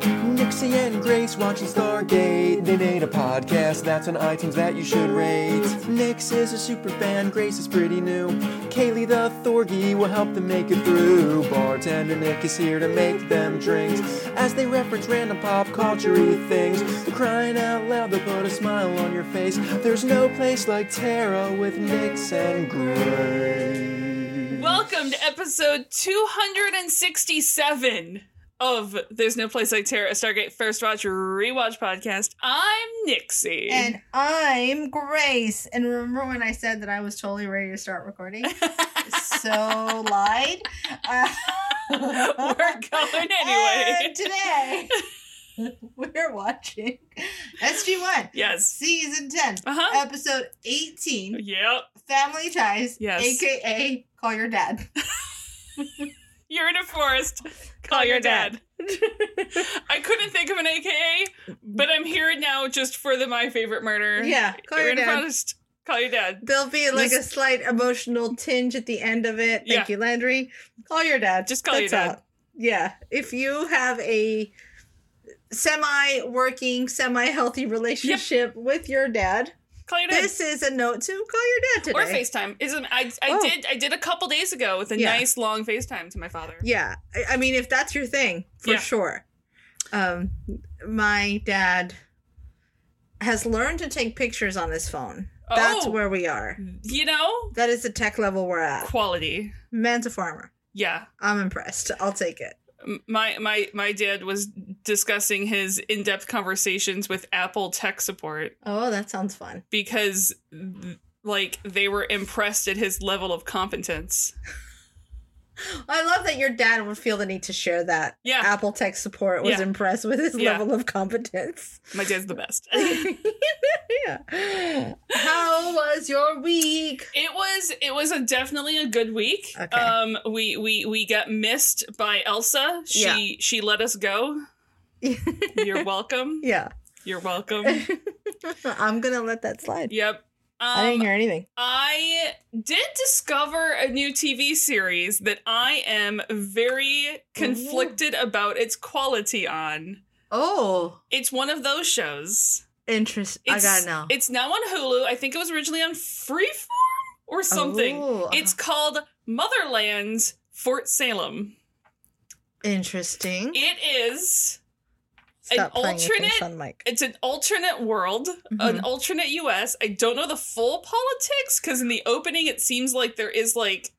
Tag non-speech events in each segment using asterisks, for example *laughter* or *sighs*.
Jesse and Grace watching Stargate. They made a podcast that's on iTunes that you should rate. Nix is a super fan, Grace is pretty new. Kaylee the Thorgy will help them make it through. Bartender Nick is here to make them drinks as they reference random pop culture things. Crying out loud, they'll put a smile on your face. There's no place like Tara with Nix and Grace. Welcome to episode 267 of There's No Place Like Terra, a Stargate First Watch Rewatch podcast. I'm Nixie. And I'm Grace. And remember when I said that I was totally ready to start recording? *laughs* so lied. Uh, *laughs* We're *laughs* going anyway. and today, *laughs* we're watching SG1 yes. Season 10, Uh huh. Episode 18 Yep. Family Ties, Yes. aka Call Your Dad. You're in a forest. Call, your dad. *laughs* I couldn't think of an AKA, but I'm here now just for the My Favorite Murder. Yeah, Call You're Your in a Dad. forest. Call your dad. There'll be like a This- slight emotional tinge at the end of it. Thank Yeah. you, Landry. Call your dad. Just call your dad. all. Yeah. If you have a semi working, semi healthy relationship with your dad, Call your dad. this is a note to call your dad today. or FaceTime. Isn't I I Oh. did I did a couple days ago with a Yeah. nice long FaceTime to my father. Yeah. I, I mean, if that's your thing, for Yeah. sure. Um, my dad has learned to take pictures on his phone. That's Oh. where we are. You know? That is the tech level we're at. Quality. Man's a farmer. Yeah. I'm impressed. I'll take it. M- My my my dad was discussing his in-depth conversations with Apple tech support Oh, that sounds fun. because th- like they were impressed at his level of competence. I love that your dad would feel the need to share that. Yeah. Apple tech support was Yeah. impressed with his Yeah. level of *laughs* competence. *laughs* My dad's the best. yeah. How was your week? *laughs* It was it was a definitely a good week. Okay. Um we we we got missed by Elsa. She Yeah. she let us go. You're welcome. Yeah. You're welcome. *laughs* I'm going to let that slide. Yep. I didn't Um, hear anything. I did discover a new TV series that I am very conflicted about its quality on. Oh, It's one of those shows. interest. It's, I got to know. It's now on Hulu. I think it was originally on Freeform or something. Oh, It's called Motherlands Fort Salem. interesting. It is. Stop playing with alternate- things on mic. It's an alternate world, an Mhm. alternate US. I don't know the full politics because in the opening it seems like there is like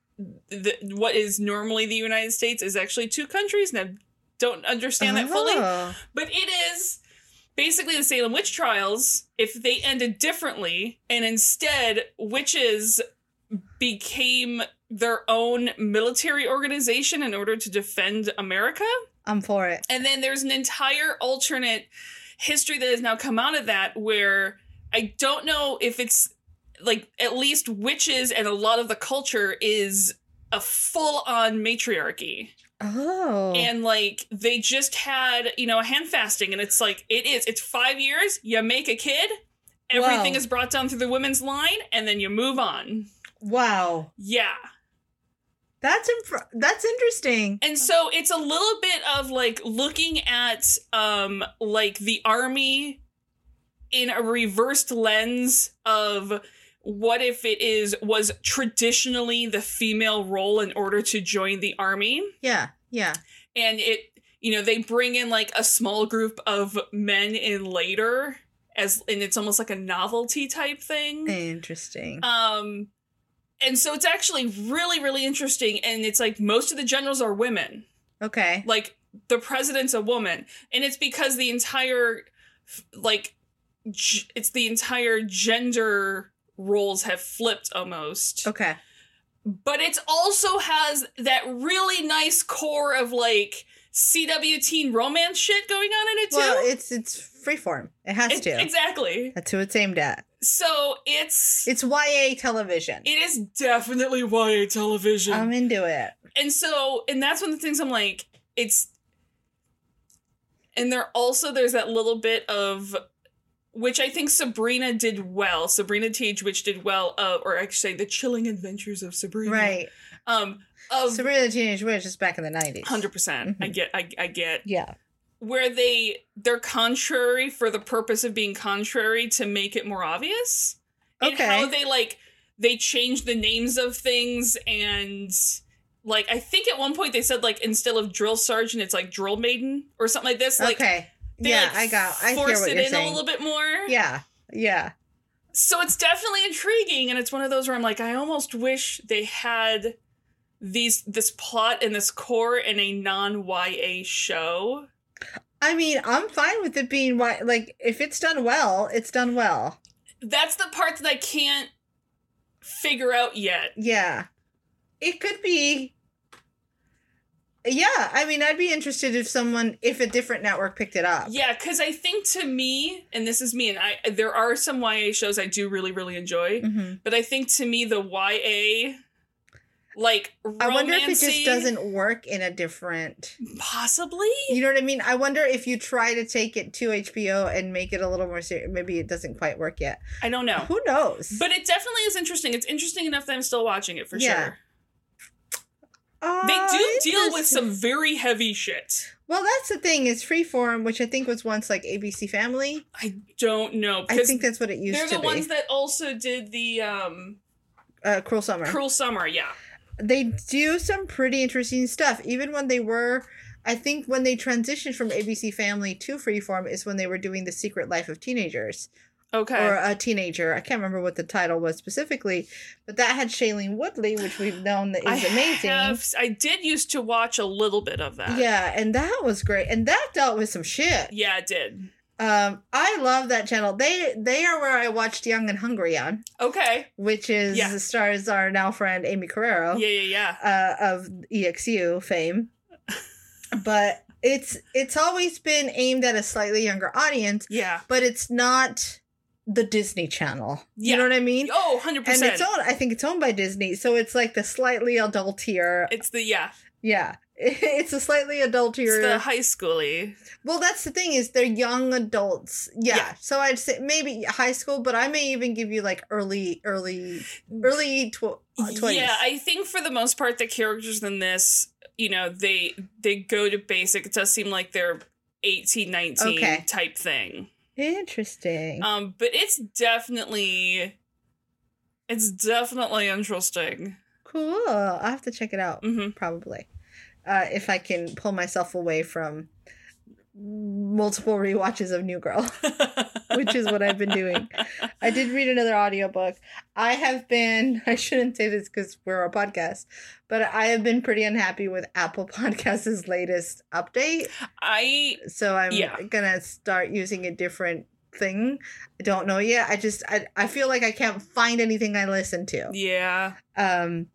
the, what is normally the United States is actually two countries, and I don't understand that fully. Oh. But it is basically the Salem witch trials if they ended differently, and instead witches became their own military organization in order to defend America. I'm for it. And then there's an entire alternate history that has now come out of that where I don't know if it's like at least witches and a lot of the culture is a full on matriarchy. Oh. And like they just had, you know, a hand fasting and it's like it is it's 5 years, you make a kid, everything Wow. is brought down through the women's line and then you move on. wow. Yeah. That's impr- that's interesting. And so it's a little bit of like looking at um like the army in a reversed lens of what if it is was traditionally the female role in order to join the army Yeah. Yeah. and it you know they bring in like a small group of men in later as and it's almost like a novelty type thing Interesting. um and so it's actually really really interesting and it's like most of the generals are women okay. like the president's a woman and it's because the entire like g- it's the entire gender roles have flipped almost Okay. but it's also has that really nice core of like cw teen romance shit going on in it too Well, it's it's freeform. It has It- to. exactly That's who it's aimed at. so it's, It's YA television. it is definitely YA television. I'm into it. and so and that's one of the things i'm like it's and there also there's that little bit of which i think sabrina did well sabrina Teach, which did well of or actually the chilling adventures of sabrina Right. um of Sabrina the Teenage Witch is back in the 90s. 100% i get I, I get Mm-hmm. Yeah. where they they're contrary for the purpose of being contrary to make it more obvious. And Okay. how they like they change the names of things and like I think at one point they said like instead of drill sergeant it's like drill maiden or something like this. Like okay. they Yeah, like, I got. I hear force what it you're in saying. a little bit more. Yeah. Yeah. So it's definitely intriguing, and it's one of those where I'm like, I almost wish they had these this plot and this core in a non YA show. I mean, I'm fine with it being why. Like, if it's done well, it's done well. That's the part that I can't figure out yet. Yeah. It could be. Yeah, I mean, I'd be interested if someone, if a different network picked it up. Yeah, because I think to me, and this is me, and I there are some YA shows I do really really enjoy, hmm but I think to me the YA like I wonder if it just romancy- doesn't work in a different. possibly. You know what I mean? I wonder if you try to take it to HBO and make it a little more serious. Maybe it doesn't quite work yet. I don't know. Who knows? But it definitely is interesting. It's interesting enough that I'm still watching it for Yeah. sure. Oh, They do deal with interesting. some very heavy shit. Well, that's the thing is Freeform, which I think was once like ABC Family. I don't know I because think that's what it used they're to the be. ones that also did the um uh, Cruel Summer. Cruel Summer. Yeah, they do some pretty interesting stuff. Even when they were, I think when they transitioned from ABC Family to Freeform is when they were doing The Secret Life of Teenagers okay, or uh, a teenager. I can't remember what the title was specifically, but that had Shailene Woodley, which we've known that is I amazing. have- I did used to watch a little bit of that. Yeah, and that was great. And that dealt with some shit. yeah, I did. Um, I love that channel. They they are where I watched Young and Hungry on, Okay, which is Yeah. stars our now friend Amy Carrero yeah, yeah, yeah. uh, of EXU *laughs* fame. but it's it's always been aimed at a slightly younger audience, Yeah. but it's not the Disney Channel. You know Yeah. what I mean? Oh, 100 And percent. it's owned, I think it's owned by Disney, so it's like the slightly adultier. It's the yeah. yeah, *laughs* it's a slightly adultier. It's the high schooly. Well, that's the thing is they're young adults. Yeah. Yeah. So I'd say maybe high school, but I may even give you like early, early, early tw- uh, 20s. Mm. Yeah, I um, think for the most part, the characters in this, you know, they they go to basic. It does seem like they're 18, 19 Okay. type thing. Interesting. Um, but it's definitely, it's definitely interesting. cool. I'll have to check it out hmm probably uh, if I can pull myself away from multiple rewatches of New Girl, *laughs* which is what I've been doing. I did read another audiobook. I have been, *laughs* I shouldn't say this because we're a podcast, but I have been pretty unhappy with Apple *laughs* Podcasts' latest update. *laughs* I so i'm Yeah. gonna start using a different thing i don't know yet i just I, I feel like i can't find anything i listen to yeah um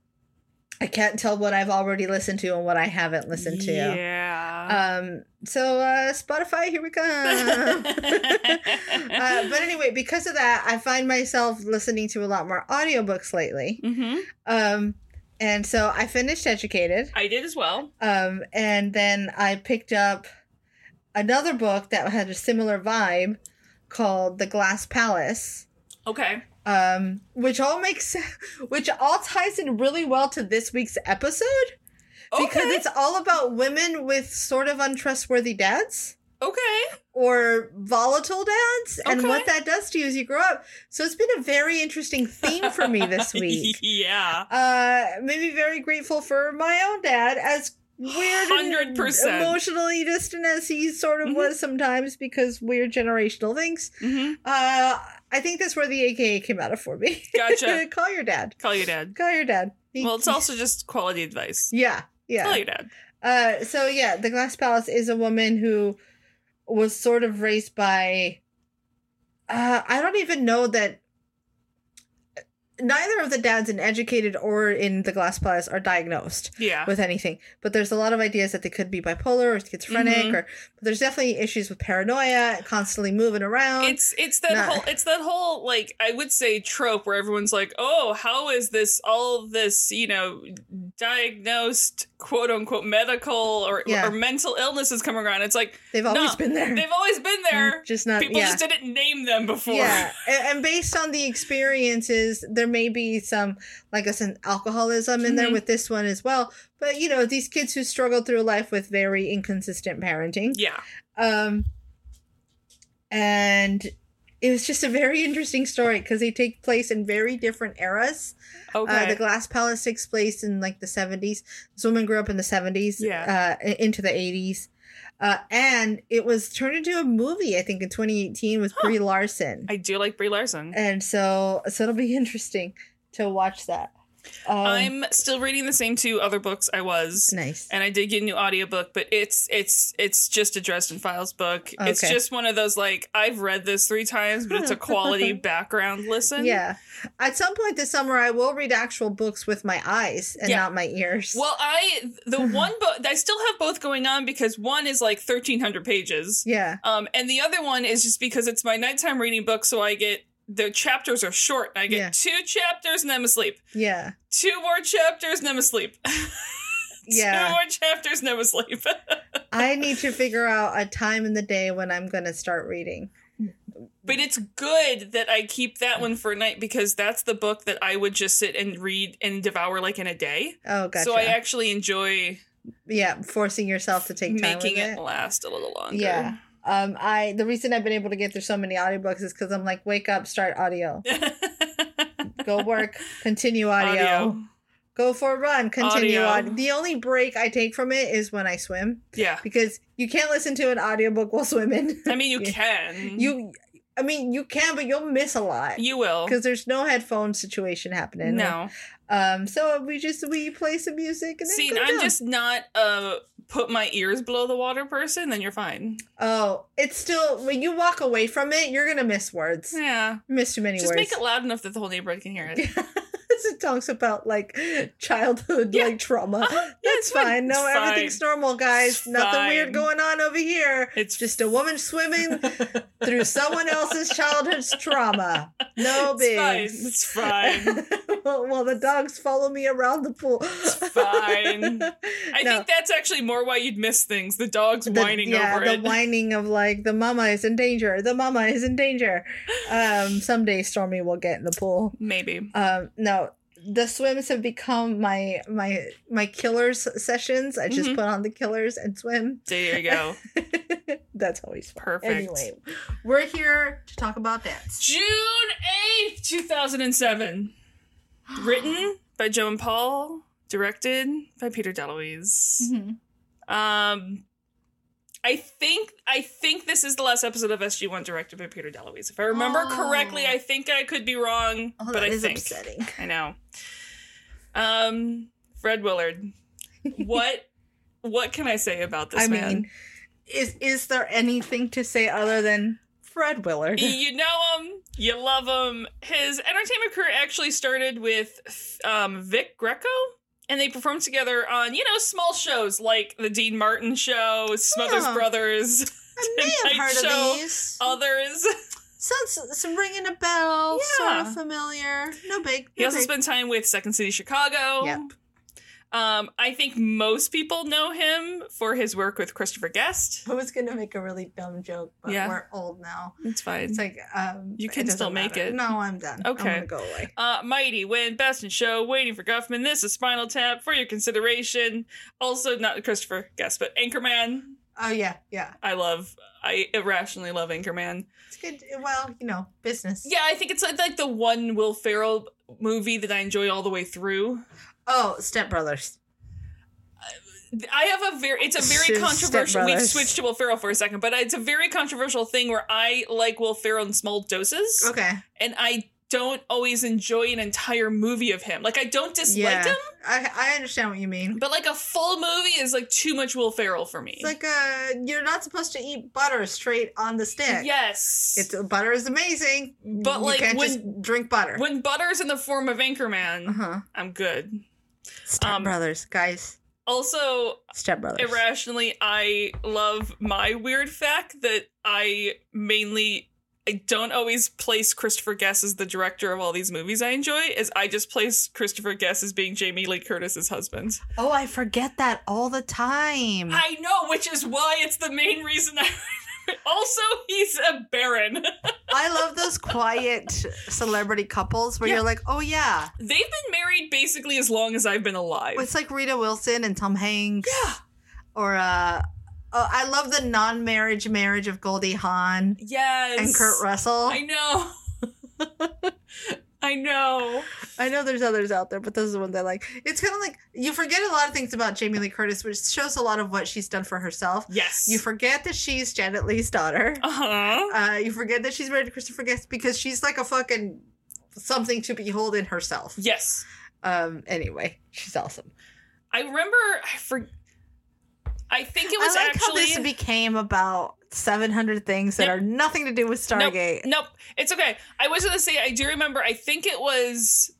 i can't tell what i've already listened to and what i haven't listened to yeah. um so uh spotify here we *laughs* come *laughs* uh, but anyway because of that i find myself listening to a lot more audiobooks lately hmm um and so i finished educated I did as well. um, and then I picked up another book that had a similar vibe called The Glass Palace, Okay. um, which all makes, *laughs* which all ties in really well to this week's episode because okay. it's all about women with sort of untrustworthy dads okay. or volatile dads and Okay. what that does to you as you grow up. So it's been a very interesting theme for me *laughs* this week. yeah. uh maybe very grateful for my own dad as weird 100%. and emotionally distant as he sort of Mhm. was sometimes because weird generational things hmm uh i think that's where the aka came out of for me *laughs* Gotcha. call your dad Call your dad. call your dad He- *laughs* Well, it's also just quality advice. yeah Call yeah your dad. uh so yeah the glass palace is a woman who was sort of raised by uh i don't even know that neither of the dads in educated or in the glass palace are diagnosed Yeah. with anything. But there's a lot of ideas that they could be bipolar or schizophrenic, Mhm. or but there's definitely issues with paranoia, constantly moving around. It's it's that Nah. whole it's that whole like I would say trope where everyone's like, "Oh, how is this all this, you know, diagnosed quote unquote medical or Yeah. or mental illnesses coming around?" It's like They've always no, been there. they've always been there. *laughs* Just not People Mm. Uh, yeah. just didn't name them before. yeah, and, and based on the experiences, there may be some like a some alcoholism in there Mhm. with this one as well. But you know, these kids who struggle through life with very inconsistent parenting. *laughs* Yeah. Um, and it was just a very interesting story because they take place in very different eras. Uh, the Glass Palace takes place in like the 70s. This woman grew up in the 70s, Yeah. uh, i- into the 80s. Uh, and it was turned into a movie, I think, in 2018 with Brie Larson. I do like Brie Larson. and so, so it'll be *laughs* interesting to watch that. Um, I'm still reading the same two other books I was. nice. and I did get a new audiobook, but it's it's it's just a Dresden Files book. It's Okay. just one of those like I've read this three times, but it's a *laughs* quality background listen. Yeah. At some point this summer, I will read actual books with my eyes and Yeah. not my ears. Well, I the *laughs* one book I still have both going on because one is like thirteen hundred pages, yeah. um, and the other one is just because it's my nighttime reading book, so I get the chapters are short. I get Yeah. two chapters and then I'm asleep. Yeah. Two more chapters and I'm asleep. *laughs* two Yeah. more chapters and I'm asleep. *laughs* I need to figure out a time in the day when I'm going to start reading. But it's good that I keep that one for a night because that's the book that I would just sit and read and devour like in a day. Oh, gotcha. So I actually enjoy yeah, forcing yourself to take time making with it, it. last a little longer. *laughs* Yeah. Um, I the reason I've been able to get through so many audiobooks is because I'm like, wake up, start audio, go work, continue audio, Audio. go for a run, continue Audio. audio. The only break I take from it is when I swim Yeah. because you can't listen to an audiobook while swimming. *laughs* I mean, you Yeah. can. you, I mean, you can, but you'll miss a lot you will. because there's no headphone situation happening. No. Um, so we just we play some music and then See, go I'm down. just not a put my ears below the water person, then you're fine. oh, it's still when you walk away from it, you're gonna miss words, Yeah. miss too many Just words. make it loud enough that the whole neighborhood can hear it. *laughs* it talks about like childhood Yeah. like trauma. Yeah, That's *laughs* it's fine. fine. No, It's fine. everything's normal, guys. It's Nothing weird fine. going on over here. It's Just a woman swimming *laughs* through someone else's childhood's trauma. No It's fine. bigs. *laughs* It's fine. well, well, the dogs follow me around the pool. It's *laughs* fine. I No. think that's actually more why you'd miss things. The dog's whining yeah, over the it. whining of like the mama is in danger. The mama is in danger. Um, someday Stormy will get in the pool. Maybe. Um, no, the swims have become my my my killers sessions. I just Mhm. put on the killers and swim. *laughs* There you go. That's always fun. Perfect. Anyway, we're here to talk about dance. June 8th, 2007. Written by Joe and Paul. Directed by Peter DeLuise. Mm-hmm. Um, I think I think this is the last episode of SG One directed by Peter DeLuise. If I remember Oh. correctly, I think I could be wrong, Oh, but that I is think upsetting. I know. Um, Fred *laughs* Willard. What what can I say about this I man? mean, is is there anything to say other than Fred *laughs* Willard? you know him, you love him. His entertainment career actually started with um, Vic Greco, and they performed together on you know small shows like the Dean Martin Show, Smothers Yeah. Brothers, *laughs* *laughs* I may have Tonight heard Show, of these. others. Sounds some ringing a bell, sort Yeah. of familiar. No big. He no also big. spent time with Second City Chicago. Yep. Um, I think most people know him for his work with Christopher Guest. I was gonna make a really dumb joke, but Yeah. we're old now. That's fine. It's like um, You can doesn't still make it. No, I'm done. Okay. I'm gonna go away. Uh, Mighty, Win, Best in Show, Waiting for Guffman. This is Spinal Tap for your consideration. Also, not Christopher Guest, but Anchorman. Oh yeah, yeah. I love, I irrationally love Anchorman. It's good. Well, you know, business. Yeah, I think it's uh, like, like the one Will Ferrell movie that I enjoy all the way through. Oh, Step Brothers. I have a very, it's a very Step controversial. We Brothers. switched to Will Ferrell for a second, but it's a very controversial thing where I like Will Ferrell in small doses, Okay. and I don't always enjoy an entire movie of him. Like I don't dislike Yeah. him, I I understand what you mean. but like a full movie is like too much Will Ferrell for me. It's like uh, you're not supposed to eat butter straight on the stick. yes, It's butter is amazing, But, you like, can't when- just drink butter. when butter's in the form of Anchorman, uh huh. I'm good. Step Um, Brothers, guys. Also, Step Brothers. irrationally i love my weird fact that i mainly i don't always place christopher guest as the director of all these movies i enjoy is i just place christopher guest as being jamie lee curtis's husband Oh, I forget that all the time. i *laughs* know which is why it's the main reason i also, he's a baron. I love those quiet celebrity couples where Yeah. you're like, oh yeah, They've been married basically as long as I've been alive. it's like Rita Wilson and Tom Hanks. Yeah. Or uh, oh, I love the non-marriage marriage of Goldie Hawn yes. and Kurt Russell. I know. *laughs* I know. I know there's others out there, but those are the ones I like. It's kind of like you forget a lot of things about Jamie Lee Curtis, which shows a lot of what she's done for herself. Yes. You forget that she's Janet Lee's daughter. uh huh. Uh, you forget that she's married to Christopher Guest because she's like a fucking something to behold in herself. Yes. Um. Anyway, she's awesome. I remember. I for. I think it was I like actually. how this became about 700 things that Yep. are nothing to do with Stargate. Nope, it's okay. I was gonna say I do remember. I think it was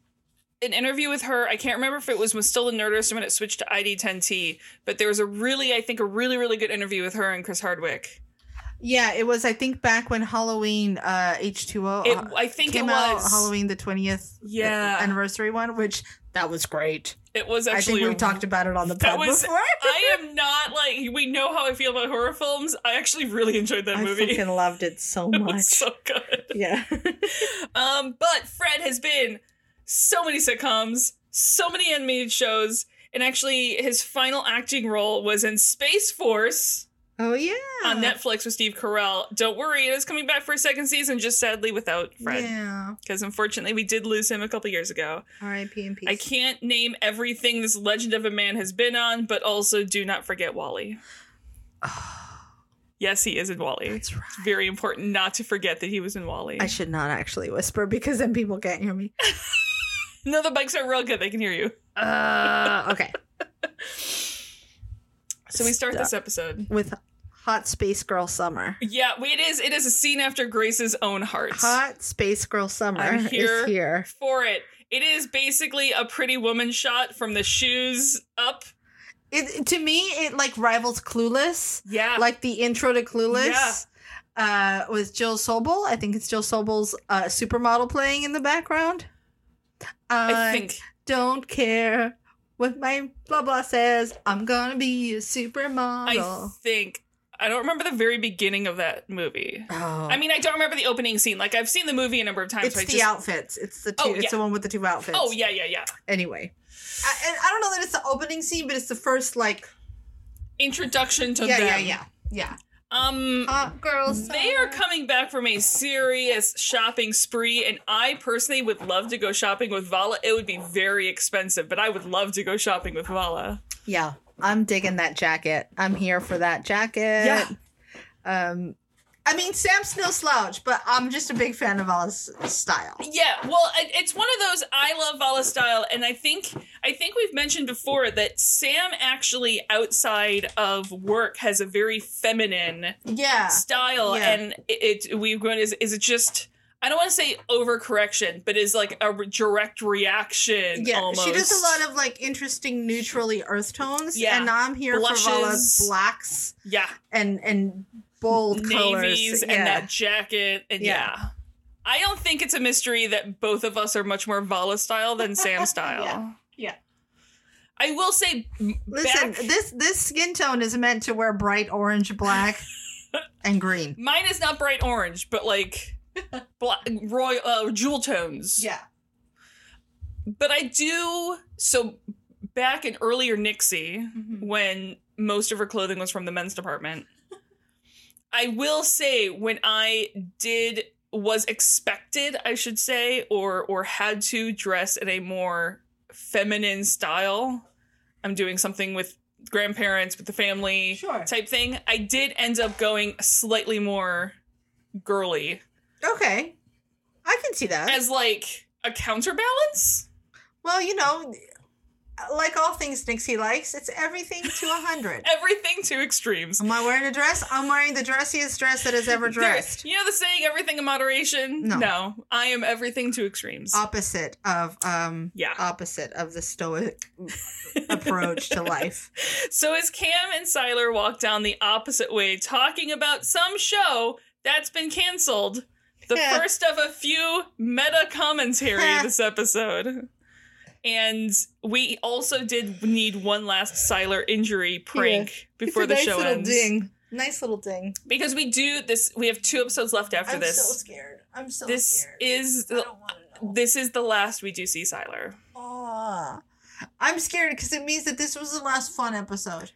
an interview with her. I can't remember if it was was still in Nerdist or when it switched to ID10T. But there was a really, I think, a really, really good interview with her and Chris Hardwick. Yeah, it was I think back when Halloween uh H2O It, uh, I think it came out, was Halloween the 20th Yeah. anniversary one, which that was great. It was I think actually. we a- have talked about it on the that pod was- before. *laughs* I am not like we know how I feel about horror films. I actually really enjoyed that *laughs* I movie. fucking loved it so *laughs* It much. was so good. *laughs* yeah. Um, but Fred has been so many sitcoms, so many animated shows, and actually his final acting role was in Space Force Oh yeah. on Netflix with Steve Carell. Don't worry, it is coming back for a second season, just sadly without Fred. Yeah. Because unfortunately we did lose him a couple years ago. R.I.P. and peace. I can't name everything this legend of a man has been on, but also do not forget *sighs* Wally. Yes, he is in Wally. That's right. It's very important not to forget that he was in Wally. I should not actually whisper because then people can't *laughs* hear me. no, the bikes are real good. They can hear you. Uh, okay. So we start this episode. With Hot Space Girl Summer. Yeah, we- it is. It is a scene after Grace's own heart. Hot Space Girl Summer I'm here. is here. For it, it is basically a pretty woman shot from the shoes up. It, to me, it like rivals Clueless. Yeah, *laughs* Like the intro to Yeah. Clueless uh, was Jill Sobel. I think it's Jill Sobel's uh, supermodel playing in the background. I think. don't care what my blah blah says. I'm gonna be a I supermodel. Oh, think. I don't remember the very beginning of that movie. oh. I mean, I don't remember the opening scene. Like I've seen the movie a number of times. it's so I the just, outfits. It's the two. Oh, yeah. It's the one with the two outfits. Oh yeah, yeah, yeah. Anyway, I, and I don't know that it's the opening scene, but it's the first like. Introduction to yeah, them. yeah, yeah, yeah. Um, Hot girls. They are coming back from a serious shopping spree, and I personally would love to go shopping with Vala. It would be very expensive, but I would love to go shopping with Vala. Yeah, I'm digging that jacket. I'm here for that jacket. Yeah. Um, I mean, Sam's no slouch, but I'm just a big fan of Alice style. Yeah, well, it- it's one of those I love Vala style, and I think I think we've mentioned before that Sam actually outside of work has a very feminine Yeah. style, Yeah. and it, it we've gone is is it just. I don't want to say overcorrection, but is like a re- direct reaction. Yeah, almost. she does a lot of like interesting, neutrally earth tones. Yeah. and I'm here for Vala's Blushes. blacks yeah. and and bold colors. navies yeah. and that jacket and yeah. Yeah. I don't think it's a mystery that both of us are much more Vala style than *laughs* Sam style. Yeah, yeah. I will say, m- Listen, back- this this skin tone is meant to wear bright *laughs* orange, black, and green. mine is not bright orange, but like black, royal uh, jewel tones. Yeah. But I do so back in earlier Nixie when most of her clothing was from the men's department. I will say when I did was expected, I should say, or or had to dress in a more feminine style. I'm doing something with grandparents, with the family Sure. type thing. I did end up going slightly more girly Okay, I can see that. as like a counterbalance. Well, you know, like all things Nixie likes, it's everything to a *laughs* hundred. Everything to extremes. Am I wearing a dress? I'm wearing the dressiest dress that has ever *laughs* There- dressed. you know the saying, everything in moderation? No. I am everything to extremes. Opposite of um Yeah. opposite of *laughs* the stoic approach to life. so as Cam and Siler walk down the opposite way, talking about some show that's been canceled, *laughs* the first of a few meta commentary this episode. And we also did need one last Siler injury prank *laughs* before the show ends. ding. Nice little ding. because we do this. We have two episodes left after I'm this. so scared. I'm so this scared. is I the, don't want to know. this is the last we do see Siler. Ah. I'm scared because it means that this was the last fun episode,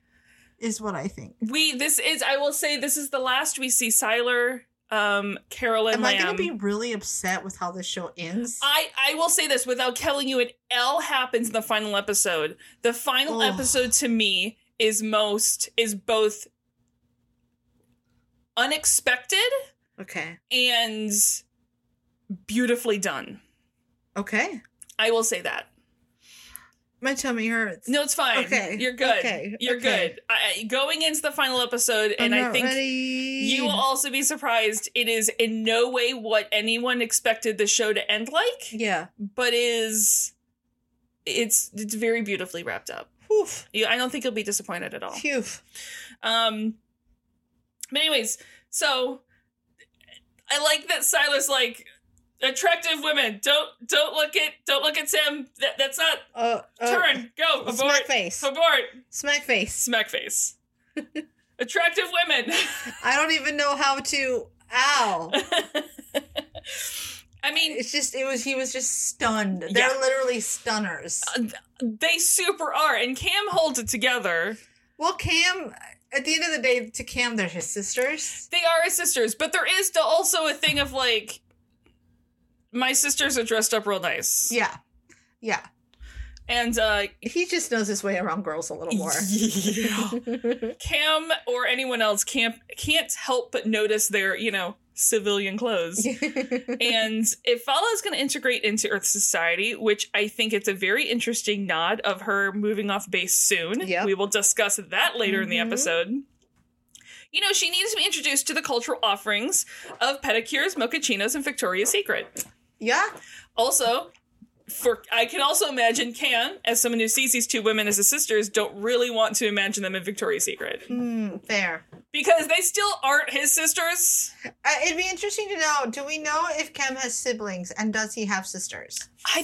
is what I think. We this is I will say this is the last we see Siler, um, Carolyn Am I Lamb. going to be really upset with how this show ends? I, I will say this without telling you, it L happens in the final episode. The final Ugh. episode to me is most is both unexpected okay. and beautifully done. Okay. I will say that. My tummy hurts. No, it's fine. Okay, You're good. okay, You're okay. good. I, I- going into the final episode, I'm and I not think ready. you will also be surprised. It is in no way what anyone expected the show to end like, Yeah. but is it's it's very beautifully wrapped up. Whew. You, I don't think you'll be disappointed at all. Phew. Um, but anyways, so I like that Silas like attractive women. Don't don't look at don't look at Sam. That, that's not Uh, uh, turn. Go abort. Smack face. Abort. Smack face. Smack *laughs* face. attractive women. *laughs* I don't even know how to. Ow. I mean, It's just, it was, he was just stunned. They're Yeah. Uh, literally stunners. they super are, and Cam holds it together. Well, Cam, at the end of the day, to Cam, they're his sisters. They are his sisters, but there is the- also a thing of like, my sisters are dressed up real nice. Yeah. Yeah. And uh, He just knows his way around girls a little *laughs* more. *laughs* Yeah. Cam or anyone else can't can't help but notice their, you know, civilian *laughs* clothes. and if Fala is going to integrate into Earth society, which I think it's a very interesting nod of her moving off base soon. Yep. We will discuss that later in the Mhm. episode. You know, she needs to be introduced to the cultural offerings of pedicures, mochachinos, and Victoria's Secret. yeah. Also, for I can also imagine Cam, as someone who sees these two women as his sisters, don't really want to imagine them in Victoria's Secret Hmm, fair. because they still aren't his sisters. Uh, it'd be interesting to know do we know if Cam has siblings and does he have sisters? I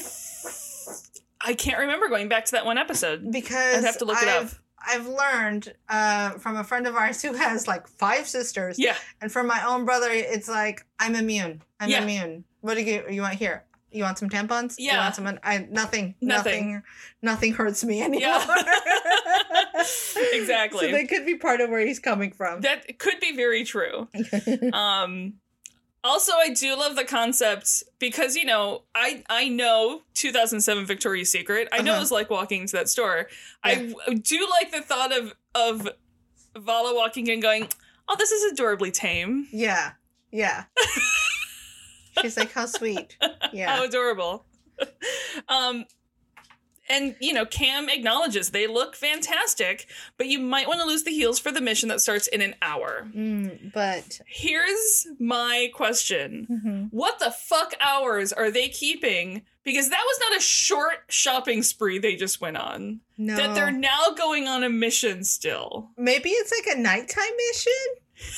I can't remember going back to that one episode. Because I'd have to look it I've, up. I've learned uh, from a friend of ours *laughs* who has like five sisters. Yeah, And from my own brother, it's like, I'm immune. I'm Yeah. immune. What do you, you want here? You want some tampons? You Yeah. want some, I, nothing, nothing. Nothing. Nothing. hurts me anymore. yeah, *laughs* exactly. So they could be part of where he's coming from. that could be very *laughs* true. um also I do love the concept because you know, I I know 2007 Victoria's Secret. I know it Uh-huh. was like walking into that store. I Yeah. w- do like the thought of of Vala walking in going, "Oh, this is adorably tame. Yeah. *laughs* Yeah. She's like, how sweet. How Yeah. adorable." *laughs* um and you know, Cam acknowledges they look fantastic, but you might want to lose the heels for the mission that starts in an hour. Mm, but Here's my question. mhm. what the fuck hours are they keeping? Because that was not a short shopping spree they just went on. no. That they're now going on a mission still. Maybe it's like a nighttime mission?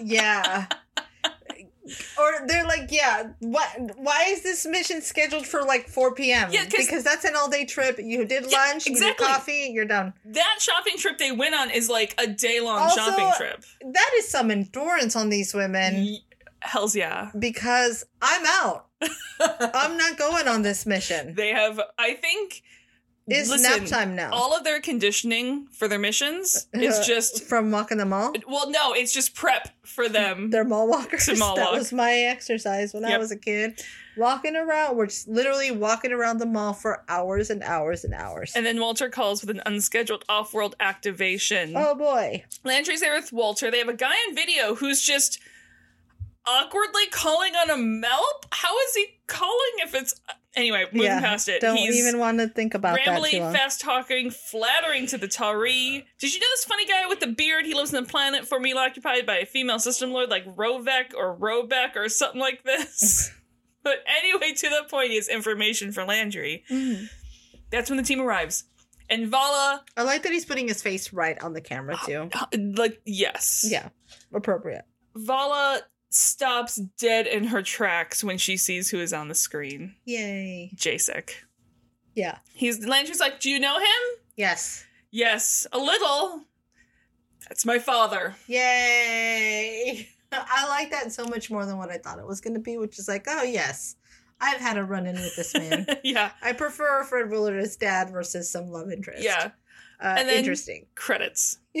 yeah. Or they're like, yeah, what why is this mission scheduled for like 4 p.m.? Yeah, 'cause- because that's an all day trip. You did Yeah, lunch, you did exactly. coffee, you're done. That shopping trip they went on is like a day long Also, shopping trip. That is some endurance on these women Y- Hells yeah. because *laughs* I'm out. I'm not going on this mission. They have, I think, It's Listen, nap time now. all of their conditioning for their missions *laughs* is just, from walking the mall. well, no, it's just prep for them. They're mall walkers. To mall *laughs* that walk. was my exercise when I Yep. was a kid. Walking around, we're just literally walking around the mall for hours and hours and hours. And then Walter calls with an unscheduled off world activation. oh boy. Landry's there with Walter. They have a guy on video who's just awkwardly calling on a MELP. How is he calling if it's anyway? Moving Yeah, past it, Don't he's even want to think about that too rambly, long. fast talking, flattering to the Tari. Did you know this funny guy with the beard? He lives on a planet formerly occupied by a female system lord like Rovek or Robek or something like *laughs* this. but anyway, to the point is information for Landry. Mhm. That's when the team arrives. And Vala, I like that he's putting his face right on the camera too. like, Oh, yes. Yeah, appropriate. Vala stops dead in her tracks when she sees who is on the screen. Yay. Jacek. Yeah. He's Landry's like, Do you know him? Yes. Yes, a little. That's my father. *laughs* Yay! *laughs* I like that so much more than what I thought it was going to be, which is like, oh, yes, I've had a run in with this *laughs* man. yeah. I prefer Fred Willard as dad versus some love interest. Yeah. Uh, And then- interesting. Credits. *laughs*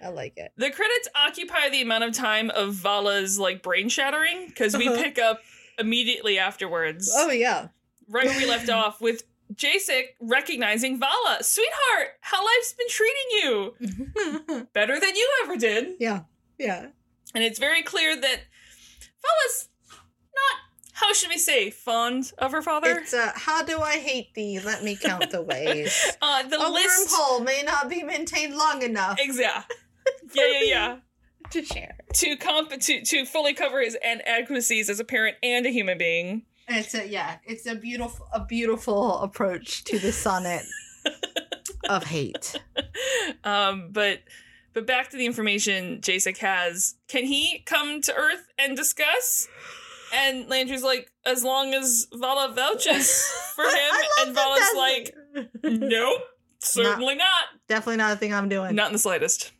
I like it. The credits occupy the amount of time of Vala's like brain shattering because we Uh-huh. pick up immediately afterwards, *laughs* Oh, yeah. *laughs* right where we left off with Jacek recognizing Vala, sweetheart. How life's been treating you better than you ever did, yeah. and it's very clear that Vala's not how should we say fond of her father. It's uh, how do I hate thee? Let me count the ways. Uh, *laughs* the a list, wormhole may not be maintained long enough Ex- yeah, yeah, yeah, yeah. to share. *laughs* To comp to to fully cover his inadequacies as a parent and a human being. It's a yeah. It's a beautiful, a beautiful approach to the *laughs* sonnet of hate. um, but but back to the information Jacek has. Can he come to Earth and discuss? And Landry's like, as long as Vala *laughs* vouches for him, I love and that Vala's that's like, nope, certainly not, *laughs* definitely not a thing I'm doing. not in the slightest.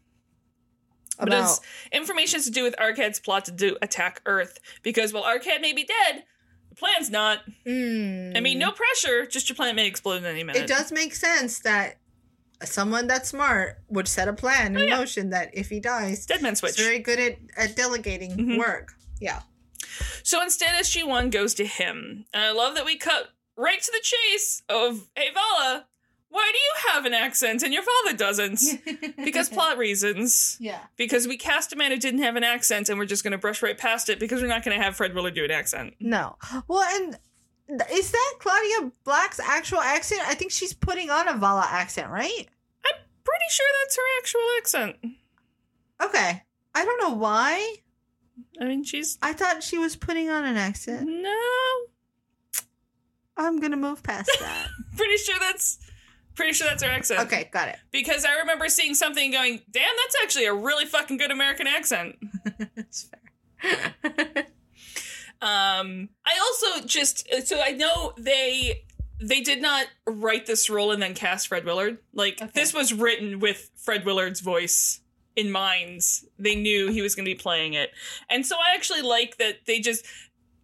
But I'm it's out. information to do with Arcad's plot to do attack Earth because while Arcad may be dead, the plan's not. Mm. I mean, no pressure, just your planet may explode in any minute. It does make sense that someone that's smart would set a plan in Oh, yeah. motion that if he dies, Dead man he's switch. very good at, at delegating Mhm. *laughs* work. Yeah. So instead, SG1 goes to him. And I love that we cut right to the chase of, hey, Vala, why do you have an accent and your father doesn't? *laughs* Because plot reasons. yeah. Because we cast a man who didn't have an accent and we're just going to brush right past it because we're not going to have Fred Willard do an accent. No. Well, and th- is that Claudia Black's actual accent? I think she's putting on a Vala accent, right? Pretty sure that's her actual accent. Okay. I don't know why. I mean, she's. I thought she was putting on an accent. No. I'm gonna move *laughs* past that. Pretty sure that's. Pretty sure that's her accent. okay, got it. Because I remember seeing something and going, damn, that's actually a really fucking good American accent. *laughs* That's fair. *laughs* Um, I also just uh, so I know they they did not write this role and then cast Fred Willard. Like Okay. this was written with Fred Willard's voice in mind. They knew he was going to be playing it, and so I actually like that they just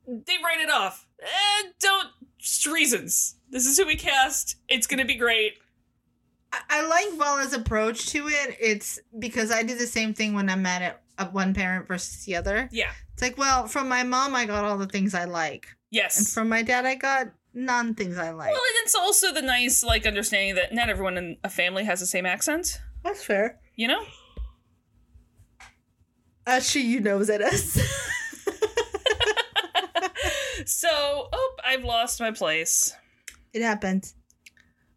they write it off. Eh, don't just reasons. This is who we cast. It's going to be great. I, I like Vala's approach to it. It's because I do the same thing when I'm mad at uh, one parent versus the other. Yeah. It's like, well, from my mom, I got all the things I like, and Yes. from my dad, I got non things I like. Well, and it's also the nice like understanding that not everyone in a family has the same accent. That's fair. You know. *laughs* Uh, she, you knows at us. So, oh, I've lost my place. *laughs* it happened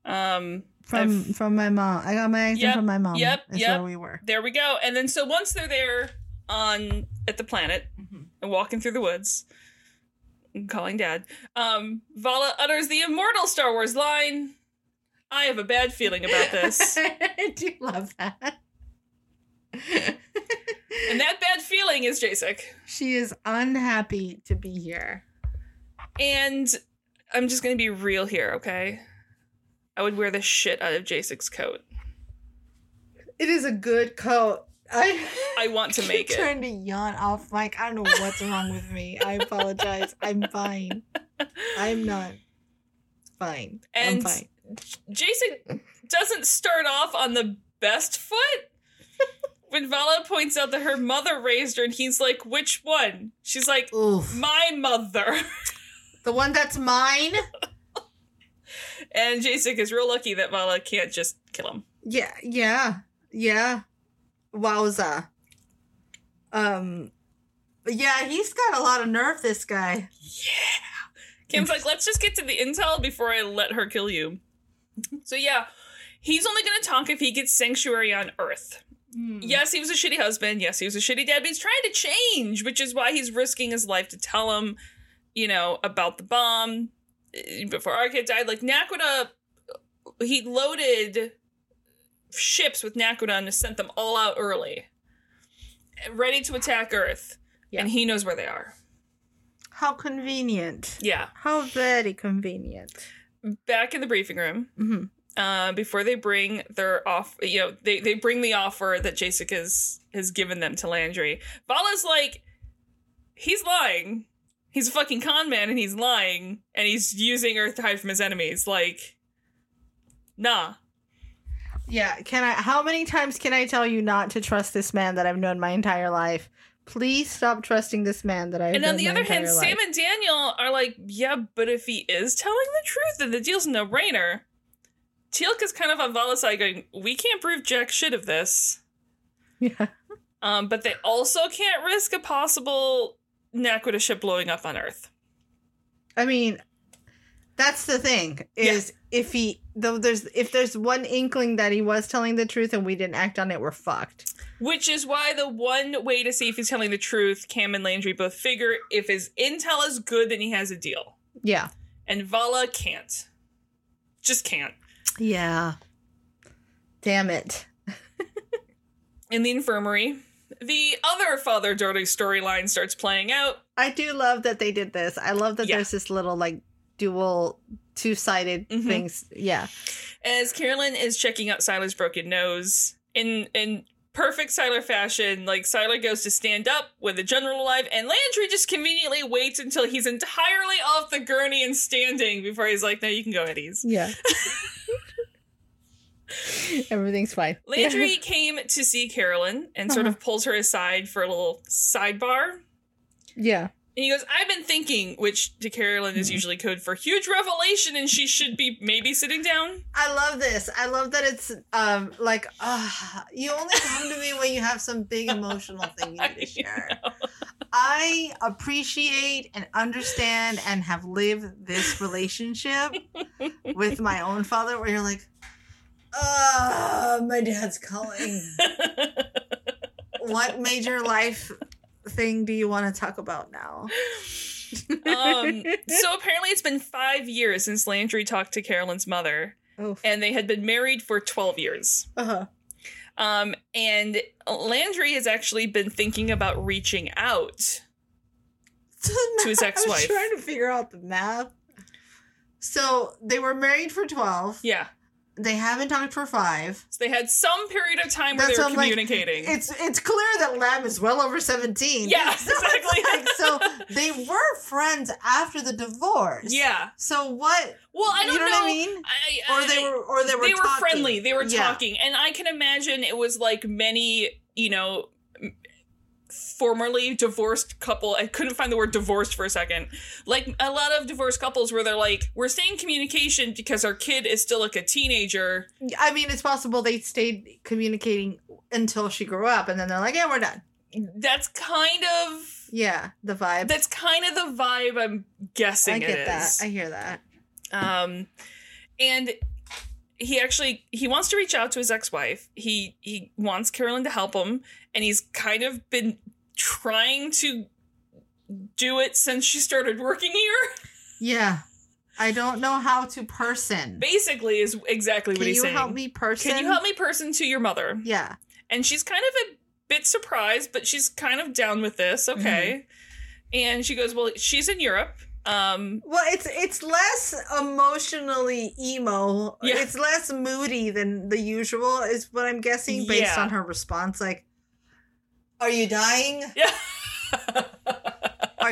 Um, from I've- from my mom. I got my accent Yep, from my mom. yep, That's yep. where we were. there we go. And then so once they're there on at the planet and walking through the woods, and calling dad, um, Vala utters the immortal Star Wars line. I have a bad feeling about *laughs* this. *laughs* I do love that. and that bad feeling is Jacek. *laughs* She is unhappy to be here. And I'm just gonna be real here, okay? I would wear the shit out of Jacek's coat. It is a good coat. I I want *laughs* to make it. trying to yawn off mic. I don't know what's wrong with me. I apologize. I'm fine. I'm not fine. I'm And- fine. Jason doesn't start off on the best foot. When Vala points out that her mother raised her, and he's like, "Which one?" She's like, Oof. "My mother." *laughs* The one that's mine. And Jason is real lucky that Vala can't just kill him. Yeah. Yeah. Yeah. Wowza. Um. Yeah, he's got a lot of nerve. This guy. Kim's like, "Let's just get to the intel before I let her kill you." So yeah, he's only gonna talk if he gets sanctuary on Earth. Yes, he was a shitty husband. Yes, he was a shitty dad, but he's trying to change, which is why he's risking his life to tell him, you know, about the bomb eh, before our kid died. Like, Nakuda, he loaded ships with Nakuda and sent them all out early, ready to attack Earth. Yeah. And he knows where they are. How convenient. Yeah. How very convenient. Back in the briefing room, Mhm. uh, before they bring their off. You know, they they bring the offer that Jacek has has given them to Landry. Vala's like, he's lying. He's a fucking con man, and he's lying, and he's using Earth to hide from his enemies. Like, nah. Yeah, can I how many times can I tell you not to trust this man that I've known my entire life? Please stop trusting this man that I've And known on the my other hand, entire life. Sam and Daniel are like, yeah, but if he is telling the truth, then the deal's a no-brainer. Teal'c is kind of on Vala's side going, we can't prove jack shit of this. *laughs* Yeah. Um, but they also can't risk a possible Naquita ship blowing up on Earth. I mean, that's the thing is if he though there's if there's one inkling that he was telling the truth and we didn't act on it, we're fucked. Which is why the one way to see if he's telling the truth, Cam and Landry both figure if his intel is good, then he has a deal. Yeah. And Vala can't. Just can't. Yeah. Damn it. In the infirmary, the other father daughter storyline starts playing out. I do love that they did this. I love that Yeah. there's this little like dual two sided Mhm. things. Yeah. as Carolyn is checking out Siler's broken nose in in perfect Siler fashion. Like Siler goes to stand up with the general alive, and Landry just conveniently waits until he's entirely off the gurney and standing before he's like, "No, you can go, Eddies." Yeah. *laughs* Everything's fine. Landry came to see Carolyn and sort of pulls her aside for a little sidebar. *laughs* Yeah. And he goes, I've been thinking, which to Carolyn is usually code for huge revelation, and she should be maybe sitting down. *laughs* I love this. I love that it's um like uh, you only come to me when you have some big emotional thing you *laughs* need to share. I appreciate and understand and have lived this relationship with my own father where you're like, uh, my dad's calling. what major life thing do you want to talk about now? *laughs* um, so apparently it's been five years since Landry talked to Carolyn's mother, Oh, and they had been married for 12 years. uh-huh. *laughs* Um, and Landry has actually been thinking about reaching out. to his I was ex-wife. trying to figure out the math. So they were married for twelve. Yeah. They haven't talked for five. So they had some period of time where That's they were what I'm like, communicating. It's it's clear that Lab is well over seventeen. Yeah, *laughs* So it's like- so they were friends after the divorce. yeah. So what? Well, I don't you know, what I mean? I- Or they I- were or they were they were talking. friendly they were Yeah. talking and i can imagine it was like many you know m- formerly divorced couple i couldn't find the word divorced for a second like a lot of divorced couples where they're like we're staying in communication because our kid is still like a teenager I mean, it's possible they stayed communicating until she grew up, and then they're like, "Yeah, we're done." that's kind of Yeah, the vibe. that's kind of the vibe i'm guessing I get it that. is I hear that. um and he actually he wants to reach out to his ex-wife he he wants carolyn to help him and he's kind of been trying to do it since she started working here *laughs* Yeah, I don't know how to person. basically is exactly Can what he's you saying help me person? can you help me person to your mother Yeah. and she's kind of a bit surprised but she's kind of down with this okay Mm-hmm. and she goes well she's in europe um Well, it's it's less emotionally emo. Yeah. It's less moody than the usual, is what I'm guessing based Yeah. on her response. Like, are you dying? yeah Are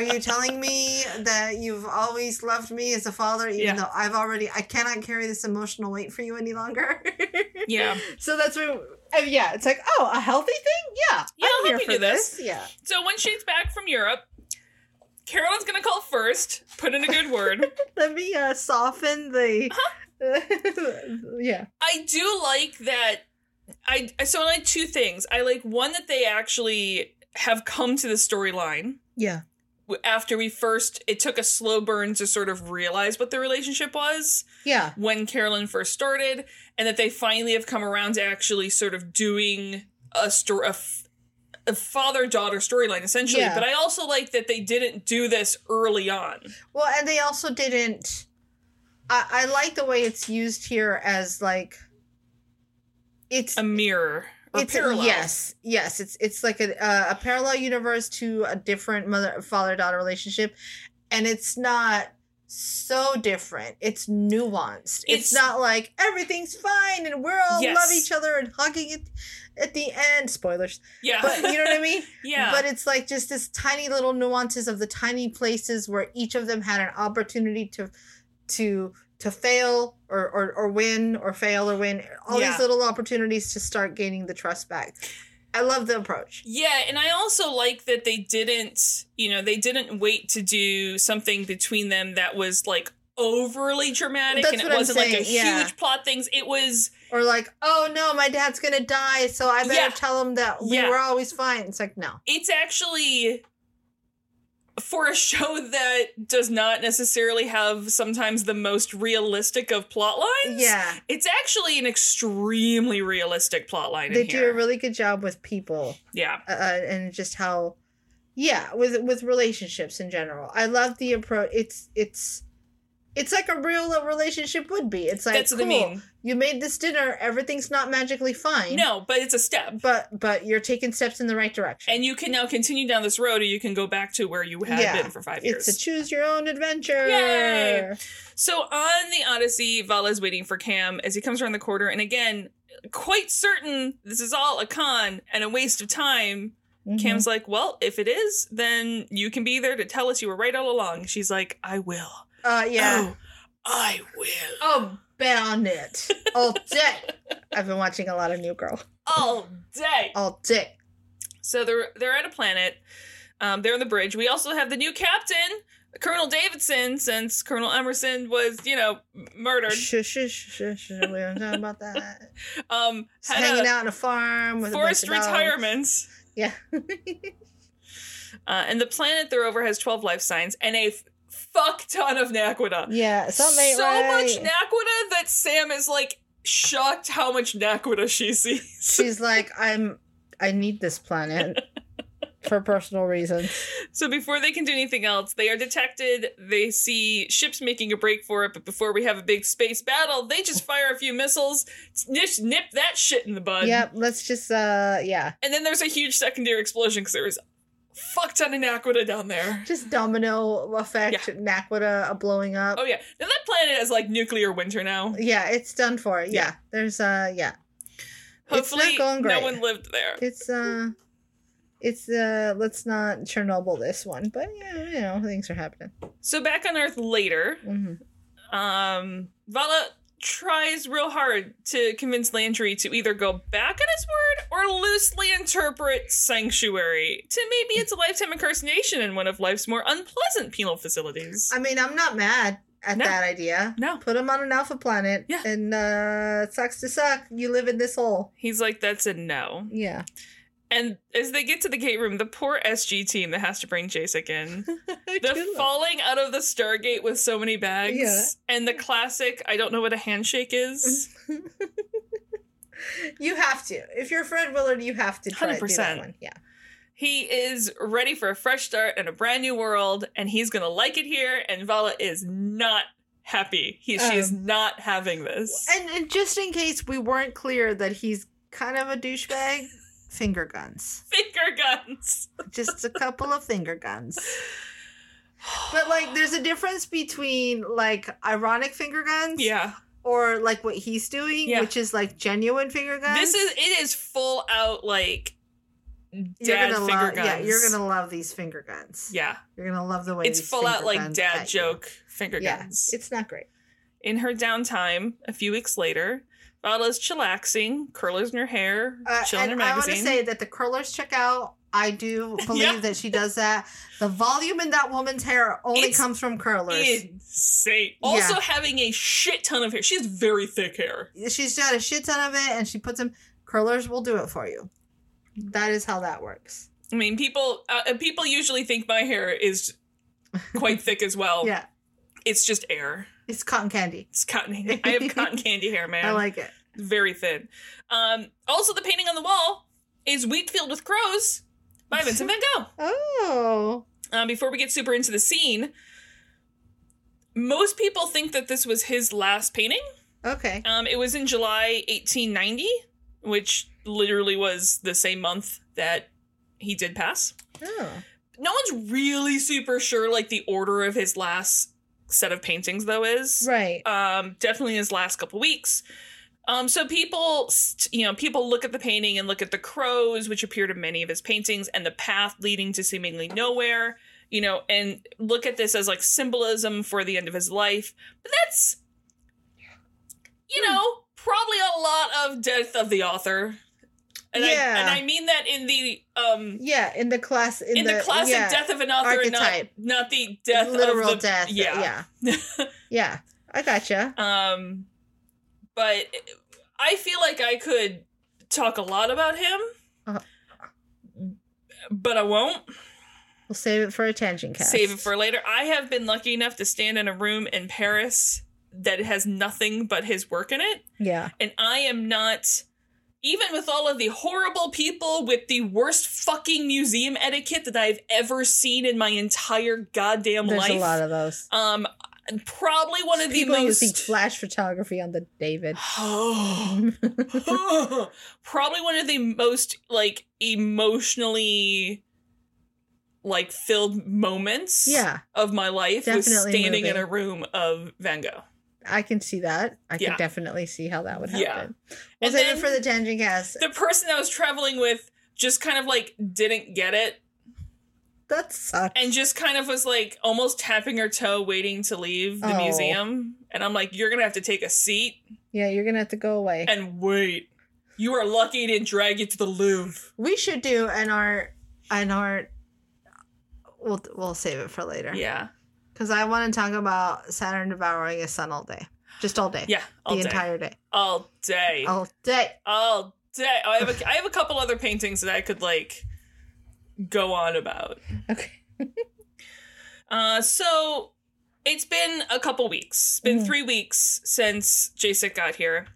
*laughs* you telling me that you've always loved me as a father, even Yeah. though I've already I cannot carry this emotional weight for you *laughs* any longer? yeah so that's where, uh, yeah, it's like, oh, a healthy thing? Yeah, Yeah, I'll help you do this. Yeah, So when she's back from Europe, Carolyn's gonna call first, put in a good word. let me uh, soften the. Uh-huh. *laughs* yeah. I do like that. I I- so I like two things. I like one that they actually have come to the storyline Yeah. w- after we first. It took a slow burn to sort of realize what the relationship was Yeah. when Carolyn first started, and that they finally have come around to actually sort of doing a story. A f- a father daughter storyline essentially, Yeah. but I also like that they didn't do this early on. Well, and they also didn't. I, I like the way it's used here as like. It's a mirror or it's parallel. yes, yes. It's it's like a uh, a parallel universe to a different mother father daughter relationship, and it's not so different. It's nuanced. It's- It's, not like everything's fine and we're all Yes. love each other and hugging it at the *laughs* end. Spoilers. Yeah. But you know what I mean? *laughs* yeah. But it's like just this tiny little nuances of the tiny places where each of them had an opportunity to to to fail or or, or win or fail or win. All Yeah. these little opportunities to start gaining the trust back. I love the approach. Yeah, and I also like that they didn't, you know, they didn't wait to do something between them that was like overly dramatic That's and it what I'm wasn't like a saying, yeah. huge plot things. It was Or like, oh no, my dad's gonna die, so I better Yeah. tell him that we Yeah. were always fine. It's like no. it's actually for a *laughs* show that does not necessarily have sometimes the most realistic of plot lines. Yeah. It's actually an extremely realistic plot line they in do here. a really good job with people yeah. uh, and just how yeah with with relationships in general i love the approach it's it's it's like a real relationship would be it's like That's what I cool, mean. you made this dinner everything's not magically fine No, but it's a step. but but you're taking steps in the right direction And you can now continue down this road or you can go back to where you had Yeah. been for five years. it's a choose your own adventure Yay! So on the Odyssey, Vala is waiting for Cam as he comes around the corner, and again, quite certain this is all a con and a waste of time. Mhm. Cam's like, "Well, if it is, then you can be there to tell us you were right all along." She's like, "I will." uh yeah Oh, I will. oh bet on it *laughs* all day i've been watching a lot of new girl All day. all day So they're they're at a planet. Um, they're on the bridge. We also have the new captain, Colonel Davidson, since Colonel Emerson was, you know, m- murdered. Shush, shush, shush, shush. We don't talk about that. Um, *laughs* Just had hanging a out on a farm with forced a bunch of dogs. retirements. Yeah, Uh, and the planet they're over has 12 life signs and a f- fuck ton of Naquita. yeah. Something ain't so right. much Naquita that Sam is like shocked how much Naquita she sees. She's like, I'm. I need *laughs* this planet for personal reasons. so before they can do anything else, they are detected. They see ships making a break for it, but before we have a big space battle, they just fire a few missiles, nip, nip that shit in the bud. yep. Let's just. uh Yeah. And then there's a huge secondary explosion because there was a fuck ton of Naquita down there. Just domino effect. Naquita uh, blowing up. Oh yeah, now that planet has like nuclear winter now. Yeah, it's done for. Yeah. Yeah. There's. uh Yeah. It's not Hopefully, going no great. one lived there. It's. uh It's. uh Let's not Chernobyl this one, but yeah, you know things are happening. So back on Earth later, hmm um, Vala tries real hard to convince Landry to either go back on his word or loosely interpret sanctuary to maybe it's a lifetime incarceration in one of life's more unpleasant penal facilities. I mean, I'm not mad at No. that idea. no. Put him on an alpha planet. Yeah. And uh sucks to suck. You live in this hole. He's like, that's a no. *laughs* Yeah. And as they get to the gate room, the poor SG team that has to bring Jasek *laughs* in, the do love- falling out of the Stargate with so many bags, Yeah. and the classic, I don't know what a handshake *laughs* is. You have to. If you're Fred Willard, you have to try 100%. 100%. that one. Yeah. He is ready for a fresh start and a brand new world, and he's gonna like it here. And Vala is not happy. He, she is not having this. Um, And and just in case we weren't clear that he's kind of a douchebag, finger guns. *laughs* Finger guns. Just a couple of finger guns. *gasps* But like there's a difference between like ironic finger guns *sighs* yeah, or like what he's doing, Yeah. which is like genuine finger guns. this is it is full out like dad you're gonna finger love, guns. Yeah, you're gonna love these finger guns. yeah. You're gonna love the way It's these full out finger like guns dad at you. joke finger Yeah, guns. it's not great. In her downtime, a few weeks later, Vala's chillaxing, curlers in her hair, Uh, chilling in her and I want magazine. to say that the curlers check out. I do *laughs* believe Yeah. that she does that. The volume in that woman's hair only It's comes from curlers. Insane. Also, having a shit ton of hair. She has very thick hair. She's got a shit ton of it, and she puts them. Curlers will do it for you. That is how that works. I mean, people uh, uh, people usually think my hair is quite thick as well. *laughs* Yeah, It's just air. it's cotton candy. It's cotton. I *laughs* have cotton candy hair, man. I like it. very thin. Um, also, the painting on the wall is Wheatfield with Crows by *laughs* Vincent Van Gogh. Oh, Um, before we get super into the scene, most people think that this was his last painting. okay. Um, it was in July 1890, which literally was the same month that he did pass. Oh, No one's really super sure, like the order of his last set of paintings though is Right. um, definitely in his last couple weeks. Um, so people, st- you know, people look at the painting and look at the crows, which appeared in many of his paintings, and the path leading to seemingly nowhere, you know, and look at this as like symbolism for the end of his life. But that's, you Hmm. know, probably a lot of death of the author. And Yeah. I and I mean that in the um Yeah, in the class in, in, the, classic yeah, death of an author, and not archetype. not the death literal of the death. Yeah. yeah. *laughs* Yeah. I gotcha. Um, but I feel like I could talk a lot about him, Uh-huh. but I won't. We'll save it for a tangent cast. Save it for later. I have been lucky enough to stand in a room in Paris that has nothing but his work in it, Yeah. and I am not. Even with all of the horrible people with the worst fucking museum etiquette that I've ever seen in my entire goddamn There's life, a lot of those. um, probably one of the People who most see flash photography on the David. *gasps* probably one of the most like emotionally like filled moments Yeah. of my life was Definitely standing in moving. a room of Van Gogh. *laughs* I can see that. I Yeah. can definitely see how that would Yeah. happen. We'll And save then- it for the tangent cast. The person I was traveling with just kind of like didn't get it that sucks. and just kind of was like almost tapping her toe waiting to leave the Oh. museum. And I'm like, you're gonna have to take a seat yeah, you're gonna have to go away. and wait. You are lucky it didn't drag you to the Louvre. We should do an art, an art. We'll we'll save it for later. Yeah. Because I want to talk about Saturn devouring his sun all day, just all day. Yeah. All the day. entire day, all day. Oh. all day. all day. I have a, I have a couple other paintings that I could like go on about. okay. *laughs* Uh, so it's been a couple weeks. It's been Mhm. three weeks since Jacek got here.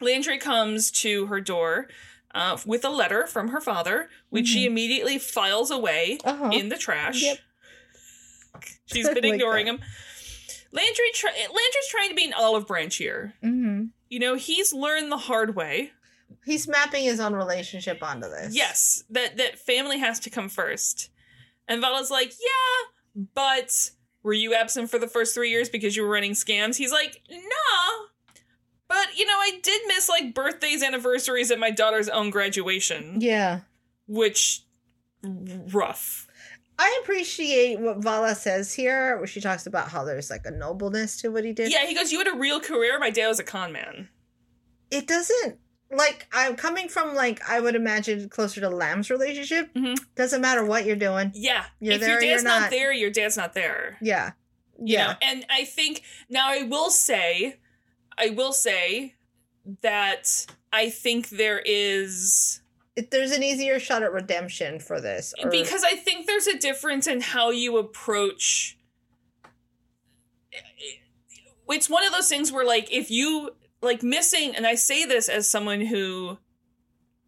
Landry comes to her door uh, with a letter from her father, which she immediately files away Mm-hmm. Uh-huh. in the trash. Yep. *laughs* She's been Like ignoring that. him. Landry, try Landry's trying to be an olive branch here. hmm You know, he's learned the hard way. He's mapping his own relationship onto this. Yes, that that family has to come first. And Vala's like, yeah, but were you absent for the first three years because you were running scams? He's like, nah. But you know, I did miss like birthdays, anniversaries, and my daughter's own graduation, Yeah. which r- rough. I appreciate what Vala says here, where she talks about how there's like a nobleness to what he did. Yeah, he goes, you had a real career. My dad was a con man. It doesn't like I'm coming from like I would imagine closer to Lamb's relationship. Mhm. Doesn't matter what you're doing. Yeah, You're if there your or you're dad's not not. there, your dad's not there. Yeah. you Yeah. know? and i think now i will say i will say that i think there is If there's an easier shot at redemption for this. Or, because i think there's a difference in how you approach it's one of those things where like if you like missing and i say this as someone who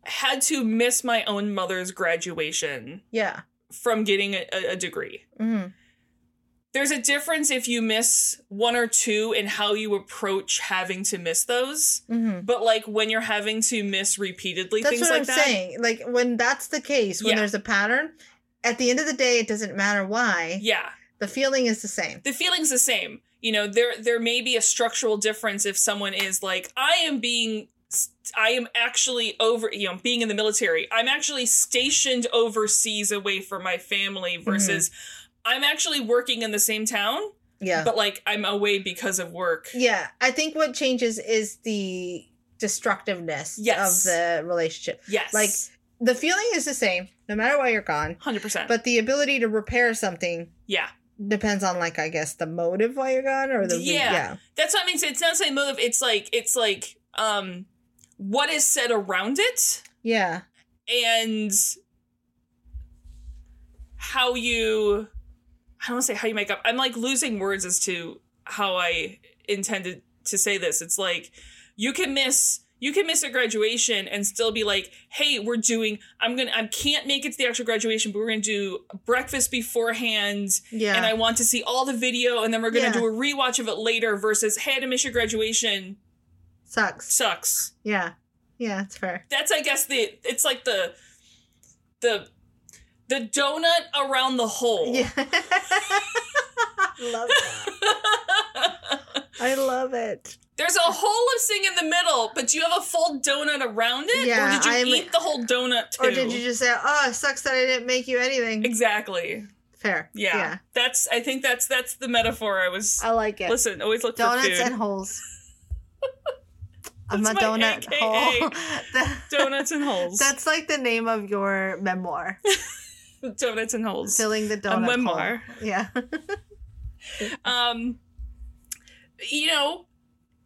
had to miss my own mother's graduation yeah. from getting a, a degree Mhm. there's a difference if you miss one or two and how you approach having to miss those Mhm. But like when you're having to miss repeatedly That's things what like I'm that. saying. Like when that's the case, when Yeah. there's a pattern, at the end of the day, it doesn't matter why. Yeah. The feeling is the same. The feeling's the same. You know, there there may be a structural difference if someone is like, I am being I am actually over you know, being in the military. I'm actually stationed overseas away from my family Mm-hmm. versus I'm actually working in the same town, Yeah. but like I'm away because of work. Yeah, I think what changes is the destructiveness Yes. of the relationship. Yes. Like, The feeling is the same no matter why you're gone, hundred percent. but the ability to repair something Yeah. depends on like I guess the motive why you're gone or the re- Yeah. That's what I mean. It's not the same move. It's like it's like um what is said around it. yeah. and how you I don't want to say how you make up. I'm like losing words as to how I intended to say this. It's like you can miss you can miss a graduation and still be like, "Hey, we're doing I'm going to I can't make it to the actual graduation, but we're going to do breakfast beforehand Yeah. and I want to see all the video and then we're going Yeah. to do a rewatch of it later versus, "Hey, I had to miss your graduation. Sucks. Sucks." Yeah. Yeah, it's fair. that's I guess the it's like the Oh. *laughs* the the donut around the hole. Yeah. love that. I love it. *laughs* There's a whole thing in the middle, but you have a full donut around it? or Yeah, did you I'm- eat the whole donut too? Or did you just say, "Oh, it sucks that I didn't make you anything"? Exactly. Fair. Yeah. That's I think that's that's the metaphor I was I like it. Listen, always look for Donuts food. *laughs* and *laughs* holes. I'm a That's my donut AKA. *laughs* hole. *laughs* That- donuts and holes. That's like the name of your memoir, donuts and holes. filling *laughs* the a donut memoir. hole. Yeah, Um, you know,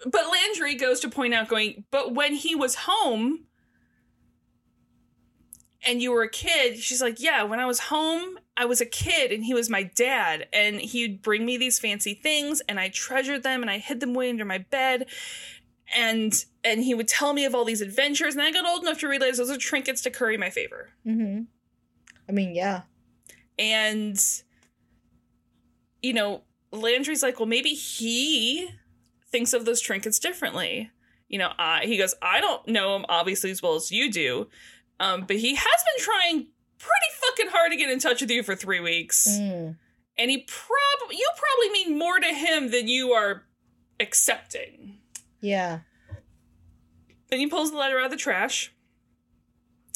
but Landry goes to point out, going, but when he was home and you were a kid, she's like, yeah, when I was home, I was a kid and he was my dad. And he'd bring me these fancy things and I treasured them and I hid them away under my bed. And and he would tell me of all these adventures, and I got old enough to realize those are trinkets to curry my favor. Mm-hmm. I mean, yeah. And, you know, Landry's like, well, maybe he thinks of those trinkets differently. You know, I, he goes, I don't know him obviously as well as you do, um, but he has been trying pretty fucking hard to get in touch with you for three weeks. Mm. And he probably, you probably mean more to him than you are accepting. Yeah. Then he pulls the letter out of the trash.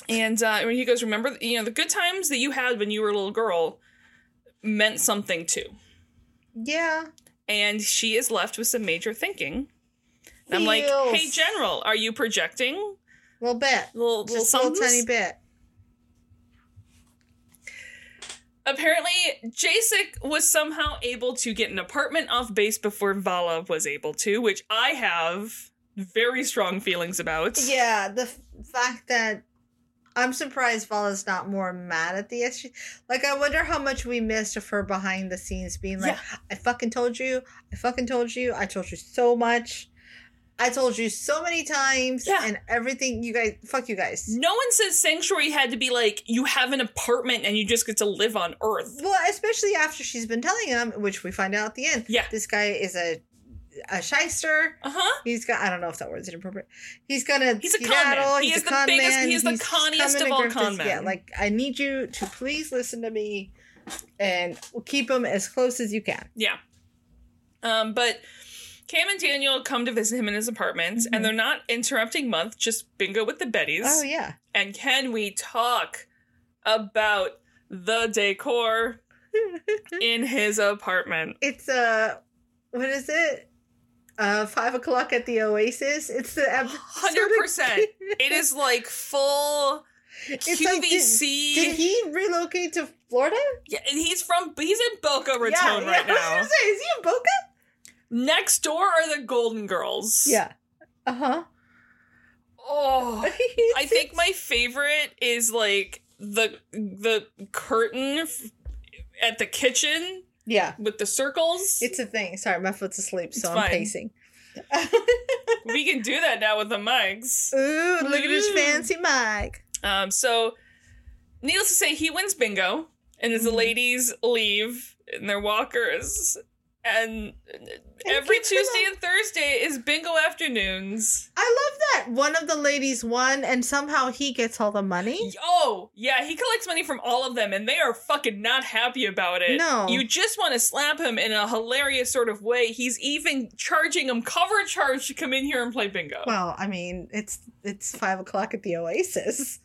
And uh, he goes, remember, you know, the good times that you had when you were a little girl meant something too. yeah. and she is left with some major thinking. And I'm like, Feels. hey, General, are you projecting? little bit, Little, little just a little somethings? tiny bit. Apparently, Jacek was somehow able to get an apartment off base before Vala was able to, which I have very strong feelings about. Yeah, the f- fact that I'm surprised Vala's not more mad at the issue. Like, I wonder how much we missed of her behind the scenes being like, I fucking told you, I fucking told you, I told you so much. I told you so many times, Yeah. and everything you guys, fuck you guys. No one says Sanctuary had to be like, you have an apartment and you just get to live on Earth. Well, especially after she's been telling him, which we find out at the end. Yeah. This guy is a a shyster. Uh huh. He's got, I don't know if that word's inappropriate. He's gonna, He's a con man. skedaddle, He he's is a the con biggest- man, he is the he's conniest coming of to all grift con us. men. Yeah, like, I need you to please listen to me and keep him as close as you can. Yeah. Um, but Cam and Daniel come to visit him in his apartment, and they're not interrupting month, just bingo with the Bettys. Mm-hmm. Oh, yeah. And can we talk about the *laughs* decor in his apartment? It's uh, what is it? Uh, five o'clock at the Oasis. It's the episode. 100%. It is like full *laughs* It's like, did, QVC. did he relocate to Florida? yeah, and he's from, he's in Boca Raton right I was now. gonna say, is he in Boca? Next door are the Golden Girls. Yeah. Uh *laughs* huh. Oh. *laughs* I think my favorite is like the the curtain f- at the kitchen Yeah. with the circles. It's a thing. Sorry, my foot's asleep, so It's I'm fine. *laughs* pacing. we can do that now with the mics. Ooh, look at his Ooh. fancy mic. Um, so needless to say, he wins bingo, and as the Mhm. ladies leave in their walkers, and every good for Tuesday them. and Thursday is bingo afternoons. I love that one of the ladies won, and somehow he gets all the money. Oh, yeah, he collects money from all of them and they are fucking not happy about it. No. You just want to slap him in a hilarious sort of way. He's even charging him cover charge to come in here and play bingo. Well, I mean, it's it's five o'clock at *laughs* the Oasis.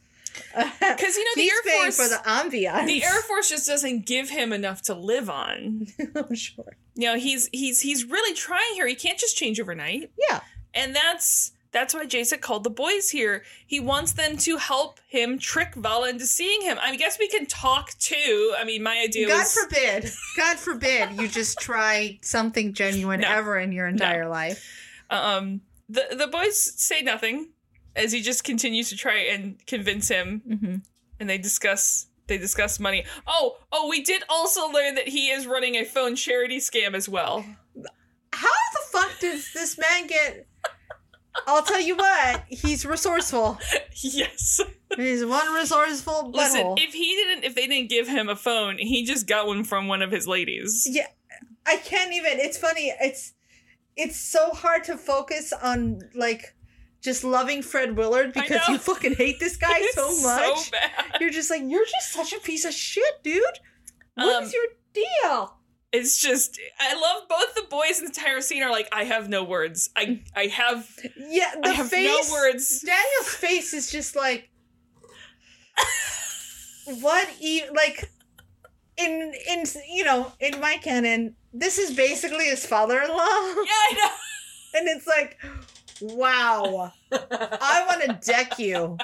Because Because, you know, the he's Air paying Force. for the ambiance. *laughs* the Air Force just doesn't give him enough to live on. I'm sure. You know, he's he's he's really trying here. He can't just change overnight. Yeah. And that's that's why Jason called the boys here. He wants them to help him trick Vala into seeing him. I guess we can talk too. I mean, my idea God was forbid. God forbid *laughs* you just try something genuine No. ever in your entire life. Um, the the boys say nothing as he just continues to try and convince him, Mm-hmm. and they discuss they discuss money. Oh, oh, we did also learn that he is running a phone charity scam as well. *laughs* How the fuck does this man get? I'll tell you what. He's resourceful. yes. He's one resourceful Listen, butthole. if he didn't, if they didn't give him a phone, he just got one from one of his ladies. Yeah, I can't even. It's funny. It's it's so hard to focus on like just loving Fred Willard I because know. you fucking hate this guy *laughs* It's so much. bad. you're just like you're just such a piece of shit, dude. What is Um, your deal? It's just I love both the boys in the entire scene are like, I have no words. I I have Yeah, the I have face. no words. Daniel's face is just like, what? E- like, in in you know, in my canon, this is basically his father-in-law, *laughs* Yeah, I and it's like, wow, know. I want to deck you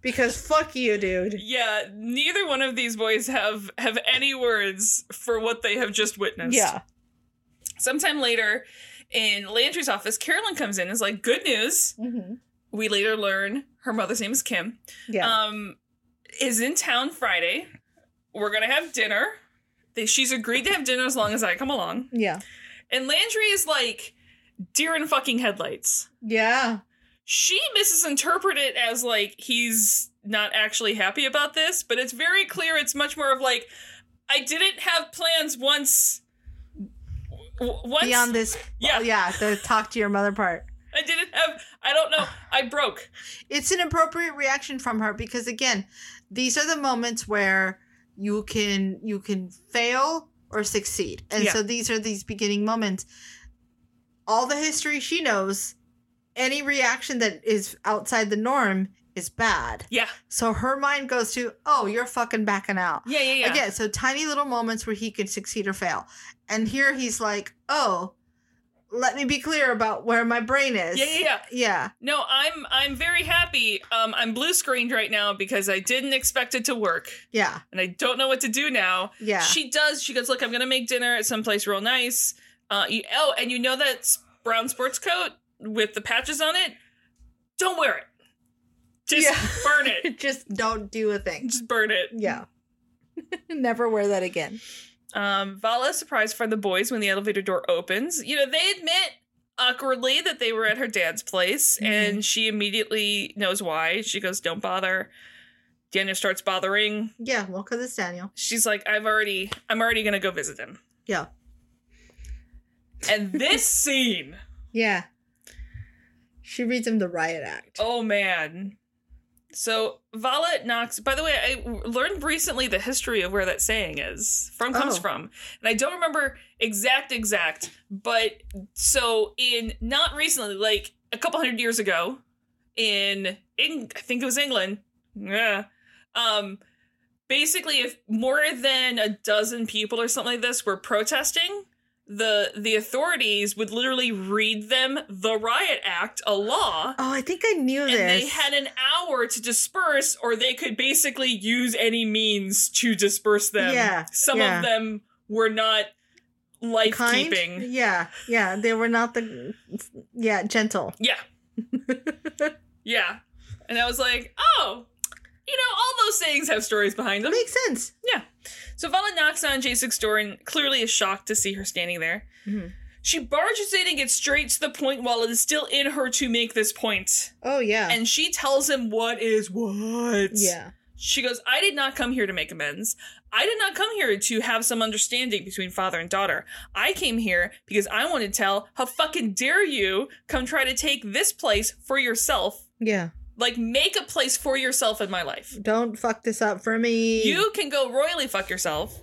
because fuck you, dude. yeah, neither one of these boys have have any words for what they have just witnessed. Yeah, Sometime later in Landry's office, Carolyn comes in and is like, Good news. Mm-hmm. hmm We later learn her mother's name is Kim. yeah. Um is in town Friday. We're gonna have dinner. They- She's agreed to have dinner as long as I come along. yeah, And Landry is like, deer in fucking headlights. yeah, She misinterpreted it as like he's not actually happy about this, but it's very clear it's much more of like, I didn't have plans once. w- Once Beyond this, Yeah. yeah, yeah, the talk to your mother part. I didn't have, I don't know, I broke. It's an appropriate reaction from her because again, these are the moments where you can you can fail or succeed, and Yeah. so these are these beginning moments. All the history she knows, any reaction that is outside the norm is bad. Yeah, So her mind goes to, oh, you're fucking backing out. yeah, yeah, yeah. Again, so tiny little moments where he can succeed or fail. And here he's like, oh, let me be clear about where my brain is. Yeah, yeah, yeah. Yeah. No, I'm I'm very happy. Um, I'm blue screened right now because I didn't expect it to work, Yeah. and I don't know what to do now. Yeah. She does. She goes, look, I'm gonna make dinner at some place real nice. Uh, you, oh, and you know that s- brown sports coat with the patches on it? Don't wear it. Just Yeah. burn *laughs* it. Just don't do a thing. Just burn it. yeah. Never wear that again. Um, Vala is surprised for the boys when the elevator door opens. You know, they admit awkwardly that they were at her dad's place, and she immediately knows why. She goes, "Don't bother." Daniel starts bothering. Yeah. Welcome this, Daniel. She's like, "I've already, I'm already gonna go visit him." Yeah. And this *laughs* scene. Yeah. She reads him the riot act. Oh man. So Vala knocks. By the way, I w- learned recently the history of where that saying is from comes Oh. from, and I don't remember exact exact. But so in not recently, like a couple hundred years ago, in Eng- I think it was England. Yeah. Um. Basically, if more than a dozen people or something like this were protesting, the the authorities would literally read them the riot act, a law, Oh, I think I knew and this. they had an hour to disperse, or they could basically use any means to disperse them. Yeah, Some yeah. of them were not life Kind? keeping. Yeah. Yeah. They were not the. Yeah. Gentle. Yeah. yeah. And I was like, oh, you know, all those sayings have stories behind them. Makes sense. So Vala knocks on Jason's door and clearly is shocked to see her standing there. Mhm. She barges in and gets straight to the point while it is still in her to make this point. Oh yeah. And she tells him what is what. yeah. She goes, I did not come here to make amends. I did not come here to have some understanding between father and daughter. I came here because I want to tell how fucking dare you come try to take this place for yourself. Yeah. Like, make a place for yourself in my life. Don't fuck this up for me. You can go royally fuck yourself.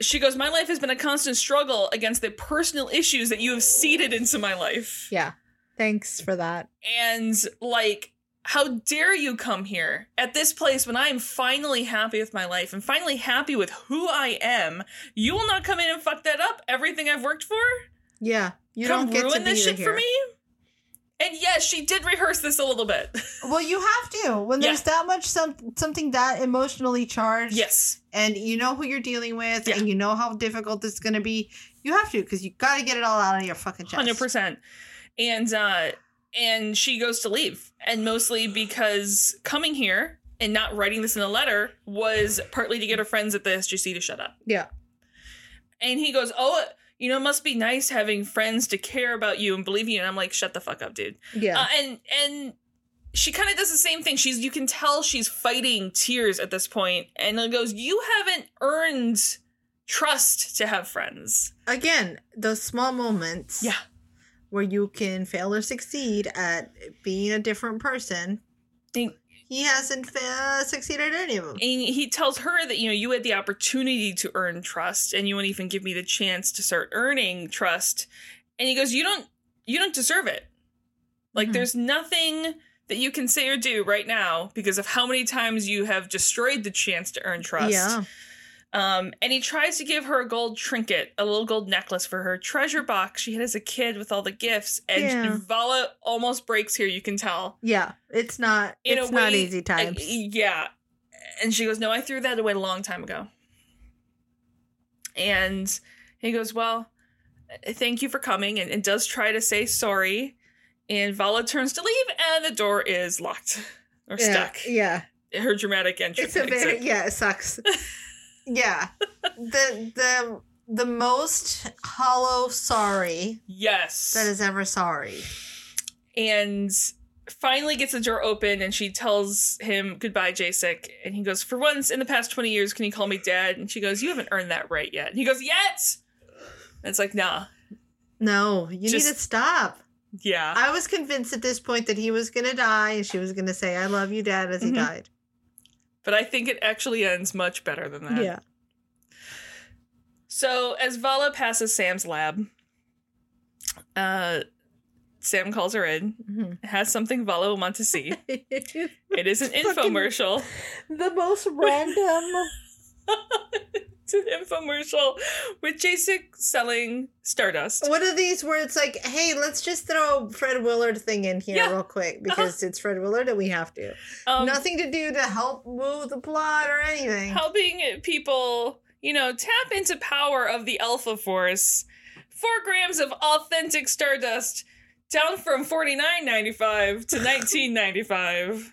She goes, My life has been a constant struggle against the personal issues that you have seeded into my life. Yeah. Thanks for that. And like, how dare you come here at this place when I am finally happy with my life and finally happy with who I am? You will not come in and fuck that up. Everything I've worked for, Yeah. You come don't get ruin to be this shit here. for me. And yes, she did rehearse this a little bit. *laughs* Well, you have to when Yeah. there's that much some something that emotionally charged. yes. and you know who you're dealing with Yeah. and you know how difficult this is going to be you have to because you got to get it all out of your fucking chest hundred percent. And uh, and she goes to leave, and mostly because coming here and not writing this in a letter was partly to get her friends at the SGC to shut up. Yeah. And he goes, "Oh, you know, it must be nice having friends to care about you and believe you." And I'm like, "Shut the fuck up, dude." Yeah. Uh, and and she kind of does the same thing. She's you can tell she's fighting tears at this point, and it goes, "You haven't earned trust to have friends." again those small moments Yeah. where you can fail or succeed at being a different person think He hasn't uh, succeeded at any of them. And he tells her that, you know, you had the opportunity to earn trust and you won't even give me the chance to start earning trust. And he goes, You don't you don't deserve it. Like Mm-hmm. Mhm. there's nothing that you can say or do right now because of how many times you have destroyed the chance to earn trust. Yeah. Um, and he tries to give her a gold trinket, a little gold necklace for her treasure box she had as a kid with all the gifts. And Yeah. Vala almost breaks here, you can tell. Yeah, it's not. In it's a not way, uh, easy I- times. yeah. And she goes, No, I threw that away a long time ago. And he goes, Well, thank you for coming. And, and does try to say sorry. And Vala turns to leave, and the door is locked or Yeah. stuck. Yeah. Her dramatic entry. it's a makes very it- yeah. *laughs* It sucks. yeah, the the the most hollow sorry yes. that is ever sorry. and finally gets the door open and she tells him goodbye jasek and he goes for once in the past 20 years can you call me dad and she goes you haven't earned that right yet and he goes yet and it's like nah No, you Just- Ah. need to stop. yeah I was convinced at this point that he was gonna die and she was gonna say, "I love you, Dad," as Mhm. he died. but i think it actually ends much better than that Yeah. so as vala passes sam's lab uh sam calls her in Mhm. has something vala will want *laughs* to see *laughs* it is an Fucking- infomercial the most random. it's an infomercial with jasek selling stardust *laughs* One of these where it's like, "Hey, let's just throw Fred Willard thing in here Yeah. Uh-huh. real quick because it's Fred Willard and we have to." Oh, um, Nothing to do to help move the plot or anything. helping people, you know, tap into power of the Alpha Force. Four grams of authentic stardust, down from forty nine ninety five to nineteen ninety five.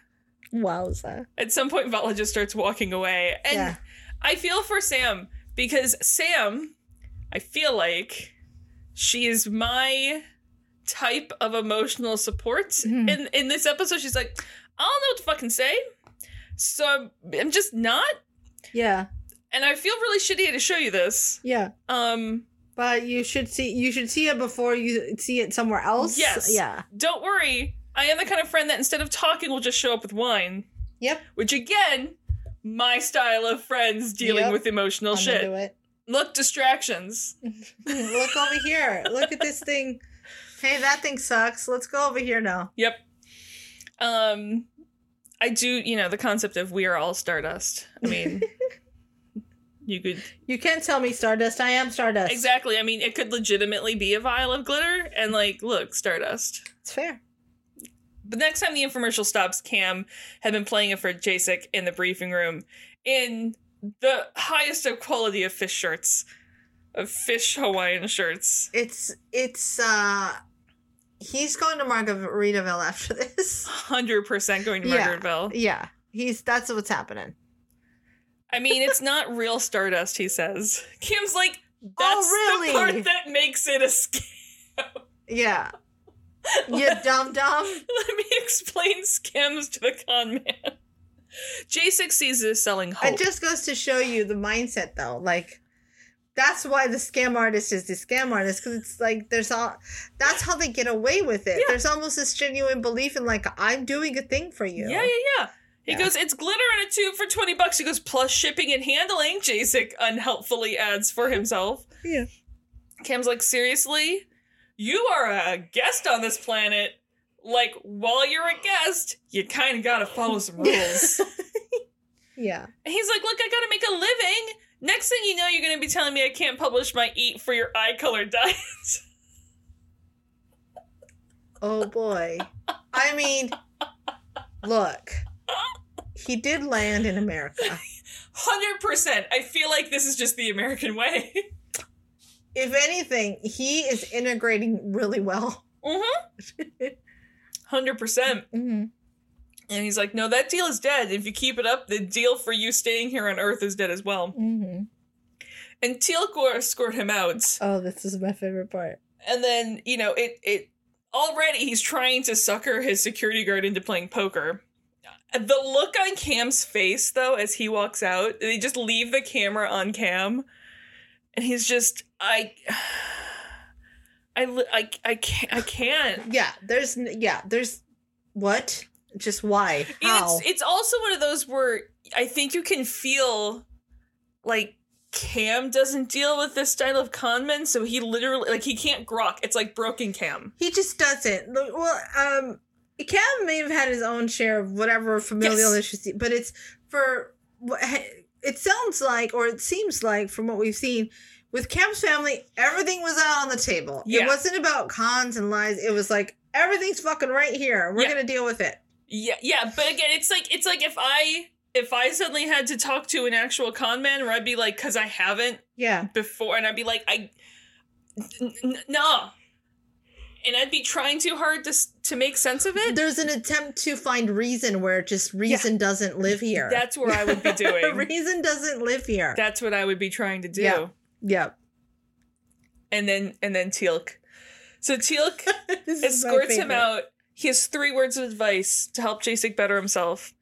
Wowza. At some point, Vala just starts walking away, and Yeah. I feel for Sam because Sam, I feel like she is my type of emotional support. Mhm. In in this episode, she's like, I don't know what to fucking say, so I'm, I'm just not Yeah. and I feel really shitty to show you this. Yeah. Um, But you should see you should see it before you see it somewhere else. Yes. Yeah. don't worry, I am the kind of friend that instead of talking will just show up with wine. Yep. Which again, my style of friends dealing Yep. with emotional I'm shit. into it. *laughs* Look, distractions. Look over here. Look at this thing. Hey, that thing sucks. Let's go over here now. Yep. Um, I do. You know the concept of we are all stardust. I mean, you could You can't tell me Stardust. I am Stardust. exactly. I mean, it could legitimately be a vial of glitter, and like, look, stardust. It's fair. The next time the infomercial stops, Cam had been playing it for Jasek in the briefing room in the highest of quality of fish shirts, of fish Hawaiian shirts. It's it's uh he's going to Margaritaville after *laughs* this. 100% going to Yeah. Margaretville. Yeah. He's that's what's happening. I mean, it's not real Stardust, he says. Cam's like, that's Oh, really? Oh, the part that makes it a scam. Yeah. You dumb *laughs* dumb. Let me explain scams to the con man. Jasek sees this selling hope. It Oh. just goes to show you the mindset though. Like that's why the scam artist is the scam artist because it's like there's all that's how they get away with it. Yeah. There's almost this genuine belief in like I'm doing a thing for you. Yeah, yeah, yeah. He Yeah. goes, it's glitter in a tube for 20 bucks. He goes, plus shipping and handling, Jasek unhelpfully adds for himself. Yeah. Cam's like, seriously? You are a guest on this planet. Like, while you're a guest, you kind of got to follow *laughs* some rules. Yeah. And he's like, look, I got to make a living. Next thing you know, you're going to be telling me I can't publish my eat for your eye color *laughs* diet. Oh boy. I mean, look. He did land in America. 100%. I feel like this is just the American way. *laughs* If anything, he is integrating really well. mm-hmm. 100%. Mm-hmm. And he's like, no, that deal is dead. If you keep it up, the deal for you staying here on Earth is dead as well. Mm-hmm. And Teal'c escort him out. Oh, this is my favorite part. And then, you know, it it already he's trying to sucker his security guard into playing poker. The look on Cam's face though as he walks out, they just leave the camera on Cam. And he's just I *sighs* I li- I I can't I can't. Yeah. There's n- yeah. There's what? Just why? How? It's it's also one of those where I think you can feel like Cam doesn't deal with this style of conmen, so he literally like he can't grok. It's like broken Cam. he just doesn't. Look, Well, um, Cam may have had his own share of whatever familial Yes. issues, but it's for what- it sounds like, or it seems like, from what we've seen with Cam's family, everything was out on the table. Yeah. It wasn't about cons and lies. It was like everything's fucking right here. We're Yeah. gonna deal with it. Yeah, yeah, but again, it's like it's like if I if I suddenly had to talk to an actual con man, where I'd be like, because I haven't Yeah, before, and I'd be like, I n- n- no, and I'd be trying too hard to s- to make sense of it. there's an attempt to find reason where just reason doesn't live here. That's where I would be *laughs* doing. reason doesn't live here. That's what I would be trying to do. Yeah. yeah, and then and then Teal'c. So Teal'c *laughs* *laughs* This is my escorts him favorite. out. He has three words of advice to help Jasek better himself: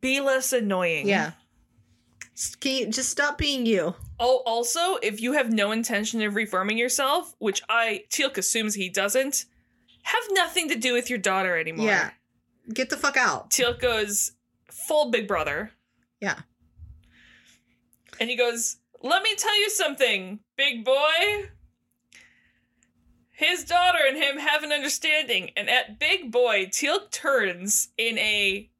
be less annoying. Yeah. S- Can you just stop being you? Oh, also, if you have no intention of reforming yourself, which I Teal'c assumes he doesn't, have nothing to do with your daughter anymore. Yeah. Get the fuck out. Teal'c goes full Big Brother. Yeah. And he goes, "Let me tell you something, big boy." His daughter and him have an understanding, and at Big Boy, Teal'c turns in a.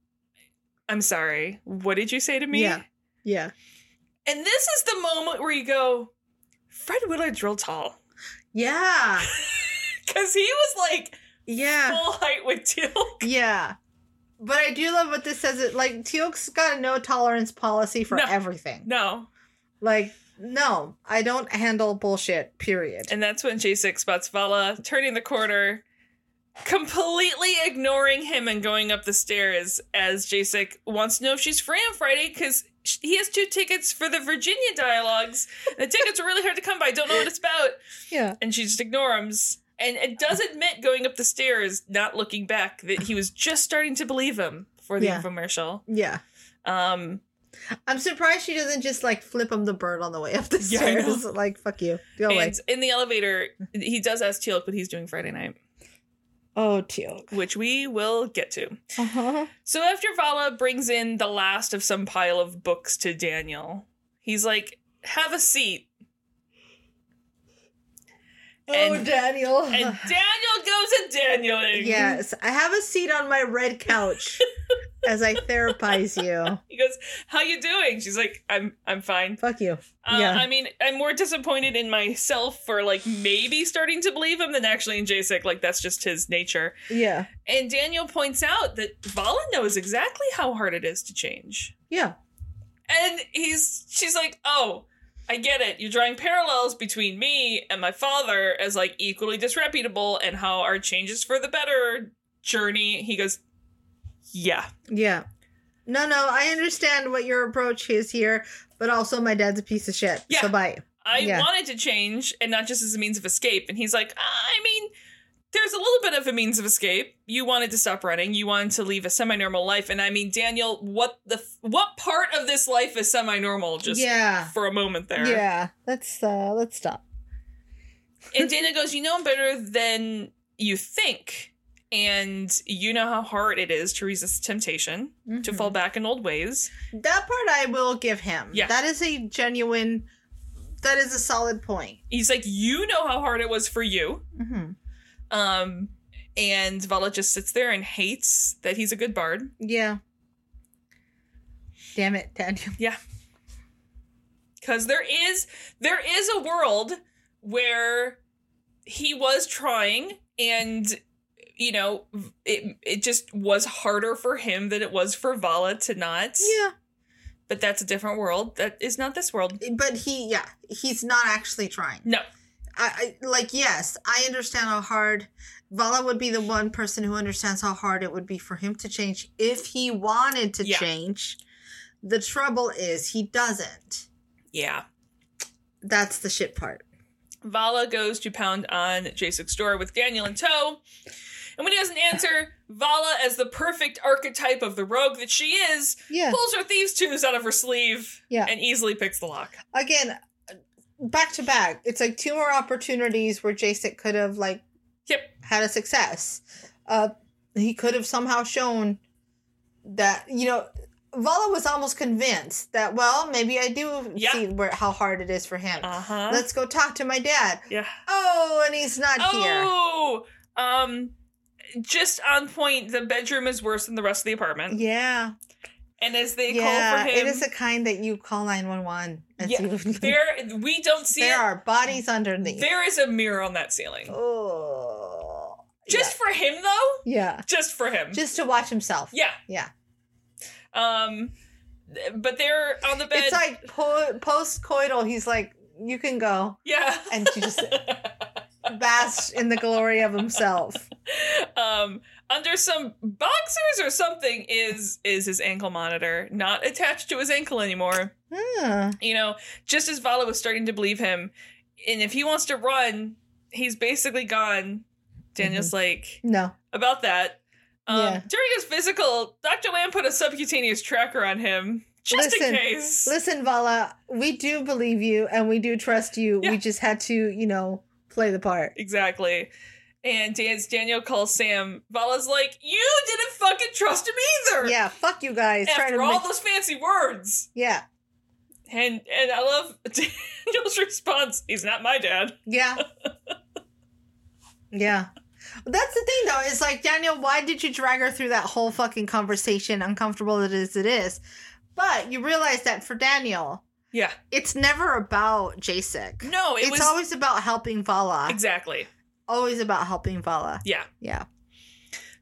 I'm sorry. What did you say to me? Yeah. Yeah. And this is the moment where you go, Fred Willard's real tall. *laughs* Yeah. Because he was like Ah. Yeah. full height with Teal'c. Yeah. But I do love what this says. It like Teal'c's got a no tolerance policy for No. everything. *laughs* No. Like No, I don't handle bullshit, period. And that's when J6 spots Vala turning the corner, completely ignoring him and going up the stairs as J6 wants to know if she's free on Friday because he has two tickets for the Virginia dialogues. The tickets are really hard to come by. Don't know what it's about. Yeah. And she just ignores him. And it does admit going up the stairs, not looking back, that he was just starting to believe him for the Yeah. infomercial. Yeah. Um, I'm surprised she doesn't just like flip him the bird on the way *laughs* up the Yeah, I know. stairs. like fuck you. Go away. and in the elevator, he does ask Teal'c what he's doing Friday night, Oh, Teal. which we will get to. Uh-huh. So after Vala brings in the last of some pile of books to Daniel, he's like, "Have a seat." oh, Oh, And- Daniel. *sighs* And Daniel goes and Danieling. yes. I have a seat on my red *laughs* couch as I therapize you. He goes, "How you doing?" She's like, "I'm I'm fine." Fuck you. Uh, Yeah. I mean, I'm more disappointed in myself for like maybe starting to believe him than actually in Jacek. Like that's just his nature. Yeah. And Daniel points out that Vala knows exactly how hard it is to change. Yeah. And he's she's like, "Oh, I get it. You're drawing parallels between me and my father as like equally disreputable and how our changes for the better journey." He goes, "Yeah. Yeah. No, no, I understand what your approach is here, but also my dad's a piece of shit. Yeah. So bye. I Yeah. wanted to change and not just as a means of escape." And he's like, "I mean, there's a little bit of a means of escape. You wanted to stop running. You wanted to leave a semi-normal life. And I mean, Daniel, what the f- what part of this life is semi-normal just yeah. for a moment there?" Yeah. Let's uh let's stop. And Dana goes, You know him better than you think. And you know how hard it is to resist temptation, to Mhm. fall back in old ways. Mm-hmm. That part I will give him. Yeah. That is a genuine that is a solid point. He's like, You know how hard it was for you. Mm-hmm. Um, and Vala just sits there and hates that he's a good bard. Yeah. Damn it, *laughs* Daniel. Cause there is there is a world where he was trying and you know it it just was harder for him than it was for Vala to not. Yeah. But that's a different world. That is not this world. But he yeah, he's not actually trying. No. I, I like yes, I understand how hard Vala would be the one person who understands how hard it would be for him to change if he wanted to Yeah. change. The trouble is he doesn't. Yeah. That's the shit part. Vala goes to pound on Jasek's door with Daniel in tow. And when he doesn't answer, Vala, as the perfect archetype of the rogue that she is, Yeah. pulls her thieves' tools out of her sleeve Yeah. and easily picks the lock. Again, back to back. It's like two more opportunities where Jason could have like Yep. had a success. Uh he could have somehow shown that you know Vala was almost convinced that well maybe I do Yeah. see where how hard it is for him. Uh huh. Let's go talk to my dad. yeah. Oh, and he's not here. Oh, um, just on point. The bedroom is worse than the rest of the apartment. Yeah, And as they yeah. call for him, It is the kind that you call nine one one. *laughs* Yeah, there we don't see there it. are bodies underneath. There is a mirror on that ceiling. oh, Just for him, though. yeah. Just for him. yeah, just to watch himself. yeah. yeah. Um, th- but they're on the bed. It's like po- post coital. He's like, you can go, yeah. *laughs* and she just bask in the glory of himself. um, under some boxers or something is is his ankle monitor not attached to his ankle anymore. Hmm. You know, just as Vala was starting to believe him, and if he wants to run, he's basically gone. Daniel's like, No. about that. Um, Mm-hmm. Yeah. During his physical, Dr. Lamb put a subcutaneous tracker on him just in Listen, case. Listen, Vala, we do believe you and we do trust you. Yeah. We just had to, you know, play the part. Exactly. And as Daniel calls Sam, Vala's like, You didn't fucking trust him either! Yeah, fuck you guys. trying After to all make- those fancy words. yeah, And and I love *laughs* Daniel's response, he's not my dad. yeah, *laughs* yeah. That's the thing, though. It's like Daniel, why did you drag her through that whole fucking conversation? Uncomfortable that is, it is. But you realize that for Daniel, Yeah. it's never about Jacek. No, it it's was always about helping Vala. Exactly. Always about helping Vala. Yeah. Yeah.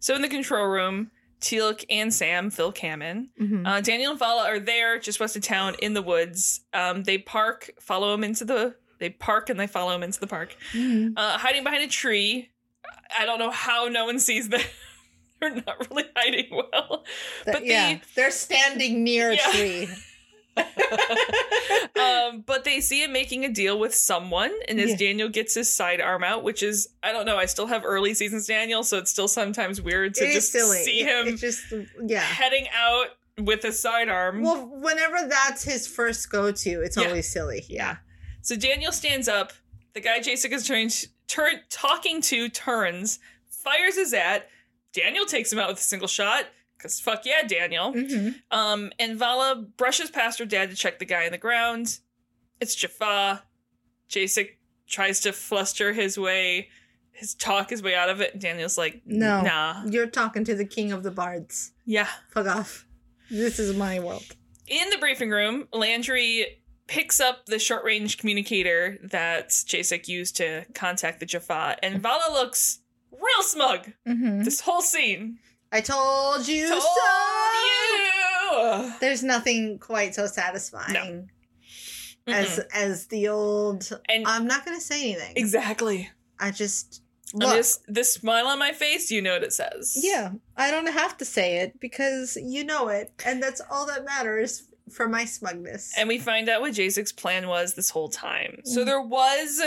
So in the control room, Teal'c and Sam, Phil Kamen, Mhm. Uh, Daniel and Vala are there, just west of town, in the woods. Um, they park, follow him into the. They park and they follow him into the park, Mhm. uh, hiding behind a tree. I don't know how no one sees them. *laughs* They're not really hiding *laughs* well. Th- But yeah, they're standing near *laughs* a Yeah. tree. um, but they see him making a deal with someone, and as Yeah. Daniel gets his sidearm out, which is I don't know. I still have early seasons Daniel, so it's still sometimes weird to It is just silly. see It- him It just yeah. heading out with a sidearm. Well, whenever that's his first go to, it's Mm-hmm. Yeah. always silly. Yeah. So Daniel stands up. The guy Jacek is turn, turn, talking to turns, fires his at. Daniel takes him out with a single shot. Cause fuck yeah, Daniel. Mhm. Um, and Vala brushes past her dad to check the guy on the ground. It's Jaffa. Jacek tries to fluster his way, his talk his way out of it. And Daniel's like, No. nah, You're talking to the king of the bards. yeah. Fuck off. This is my world. In the briefing room, Landry picks up the short range communicator that Jacek used to contact the Jaffa, and Vala looks real smug Mhm. this whole scene. I told you Mm-hmm. Told so. you! There's nothing quite so satisfying as Mm-mm. as the old. And I'm not gonna say anything. exactly. I just And look. This, this smile on my face, you know what it says. Yeah, I don't have to say it because you know it, and that's all that matters for my smugness. And we find out what Jacek's plan was this whole time. So Mm. there was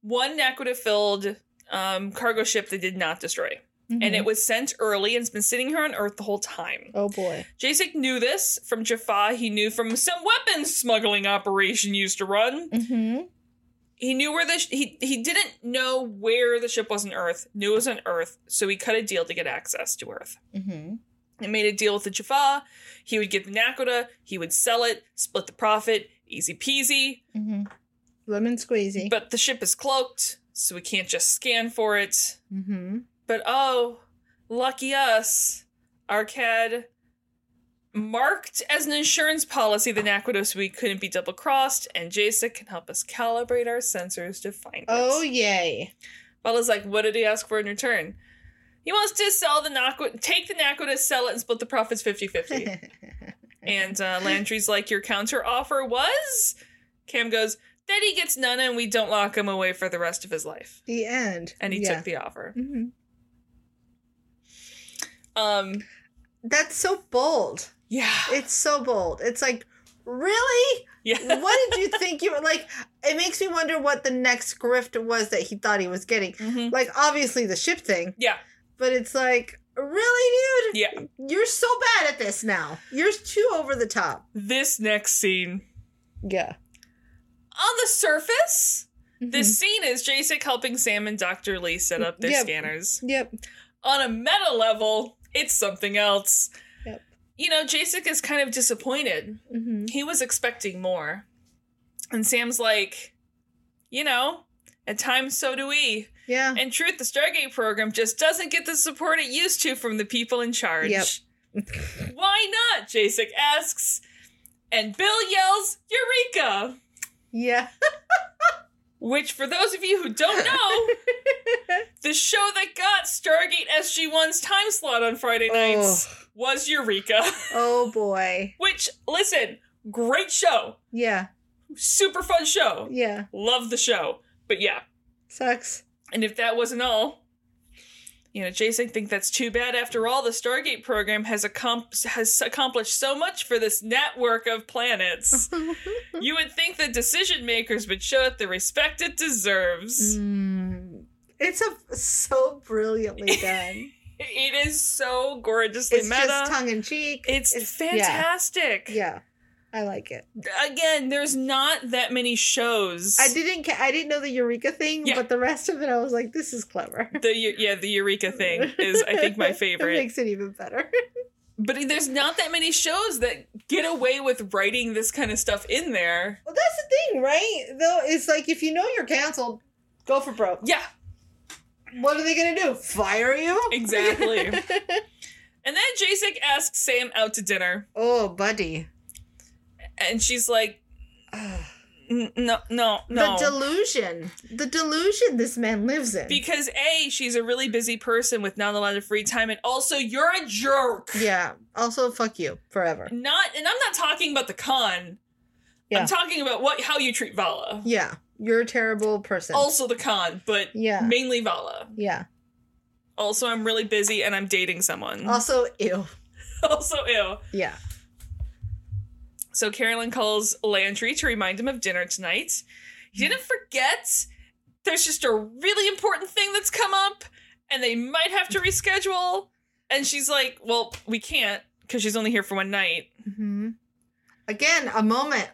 one Nakoda filled um, cargo ship they did not destroy, and it was sent early and it's been sitting here on Earth the whole time. Mm-hmm. oh boy, Jacek knew this from Jaffa. He knew from some weapons smuggling operation used to run. mm-hmm. He knew where the sh- he he didn't know where the ship was on Earth. Knew it was on Earth, so he cut a deal to get access to Earth. Mm-hmm. He made a deal with the Jaffa. He would get the Nakoda. He would sell it, split the profit, easy peasy. Mm-hmm. lemon squeezy. But the ship is cloaked, so we can't just scan for it. mm-hmm. But oh, lucky us, Arcad marked as an insurance policy the Naquitos we couldn't be double crossed, and Jacek can help us calibrate our sensors to find Oh it. yay! Bella's like, what did he ask for in return? He wants to sell the Naquit, take the Naquitos, sell it, and split the profits 50 50. *laughs* and uh, Landry's like, your counter offer was? Cam goes, then he gets none and we don't lock him away for the rest of his life. the end. And he Yeah. took the offer. Mhm. Um, That's so bold. yeah. It's so bold. It's like, really? *laughs* Yeah. What did you think you were like? It makes me wonder what the next grift was that he thought he was getting. Mhm. Like obviously the ship thing, Yeah. but it's like, really, dude? Yeah. You're so bad at this now. You're too over the top. This next scene. Yeah. On the surface, Mm-hmm. this scene is Jacek helping Sam and Dr. Lee set up their Mm-hmm. Yep. scanners. Yep. On a meta level, it's something else. Yep. you know, Jacek is kind of disappointed. hmm He was expecting more. And Sam's like, you know, at times so do we. Yeah. In truth, the Stargate program just doesn't get the support it used to from the people in charge. Yep. *laughs* Why not? Jacek asks. And Bill yells, Eureka! Yeah. Which, for those of you who don't know, the show that got Stargate SG1's time slot on Friday nights was Eureka. *laughs* Oh boy. Which, listen, great show. Yeah. Super fun show. Yeah. Love the show. But yeah, *laughs* Sucks. And if that wasn't all, you know, Jason think that's too bad. After all, the Stargate program has, accom- has accomplished so much for this network of *laughs* planets. you would think the decision makers would show it the respect it Mm. deserves. Mm. It's a so brilliantly *laughs* Really done. It is so gorgeously it's meta. just tongue in cheek. it's, fantastic. yeah. I like it. Again, there's not that many shows. I didn't. Ca- I didn't know the Eureka thing, Yeah. but the rest of it, I was like, "This is clever." The Eu- yeah, *laughs* the Eureka thing is I think *laughs* *laughs* my it favorite. makes it even better. But there's not that many shows that get away with writing this kind of stuff in there. Well, that's the thing, right? Though it's like if you know you're canceled, go for broke. Yeah, What are they gonna do? Fire you? exactly. and then Jacek asks Sam out to dinner, *laughs* Oh, buddy. and she's like, Ugh. "N- "No, no, no." The delusion. The delusion this man lives in. because a she's a really busy person with not a lot of free time, and also you're a jerk. Yeah. Also, fuck you forever. Not, and I'm not talking about the con. Yeah. I'm talking about what how you treat Vala. Yeah. You're a terrible person. Also the con, but Yeah. mainly Vala. yeah. Also, I'm really busy and I'm dating someone. Uh, Also, ew. *laughs* also, ew. Yeah. So Carolyn calls Landry to remind him of dinner tonight. He didn't forget. There's just a really important thing that's come up, and they might have to reschedule. And she's like, "Well, we can't because she's only here for one night." hmm Again, a moment.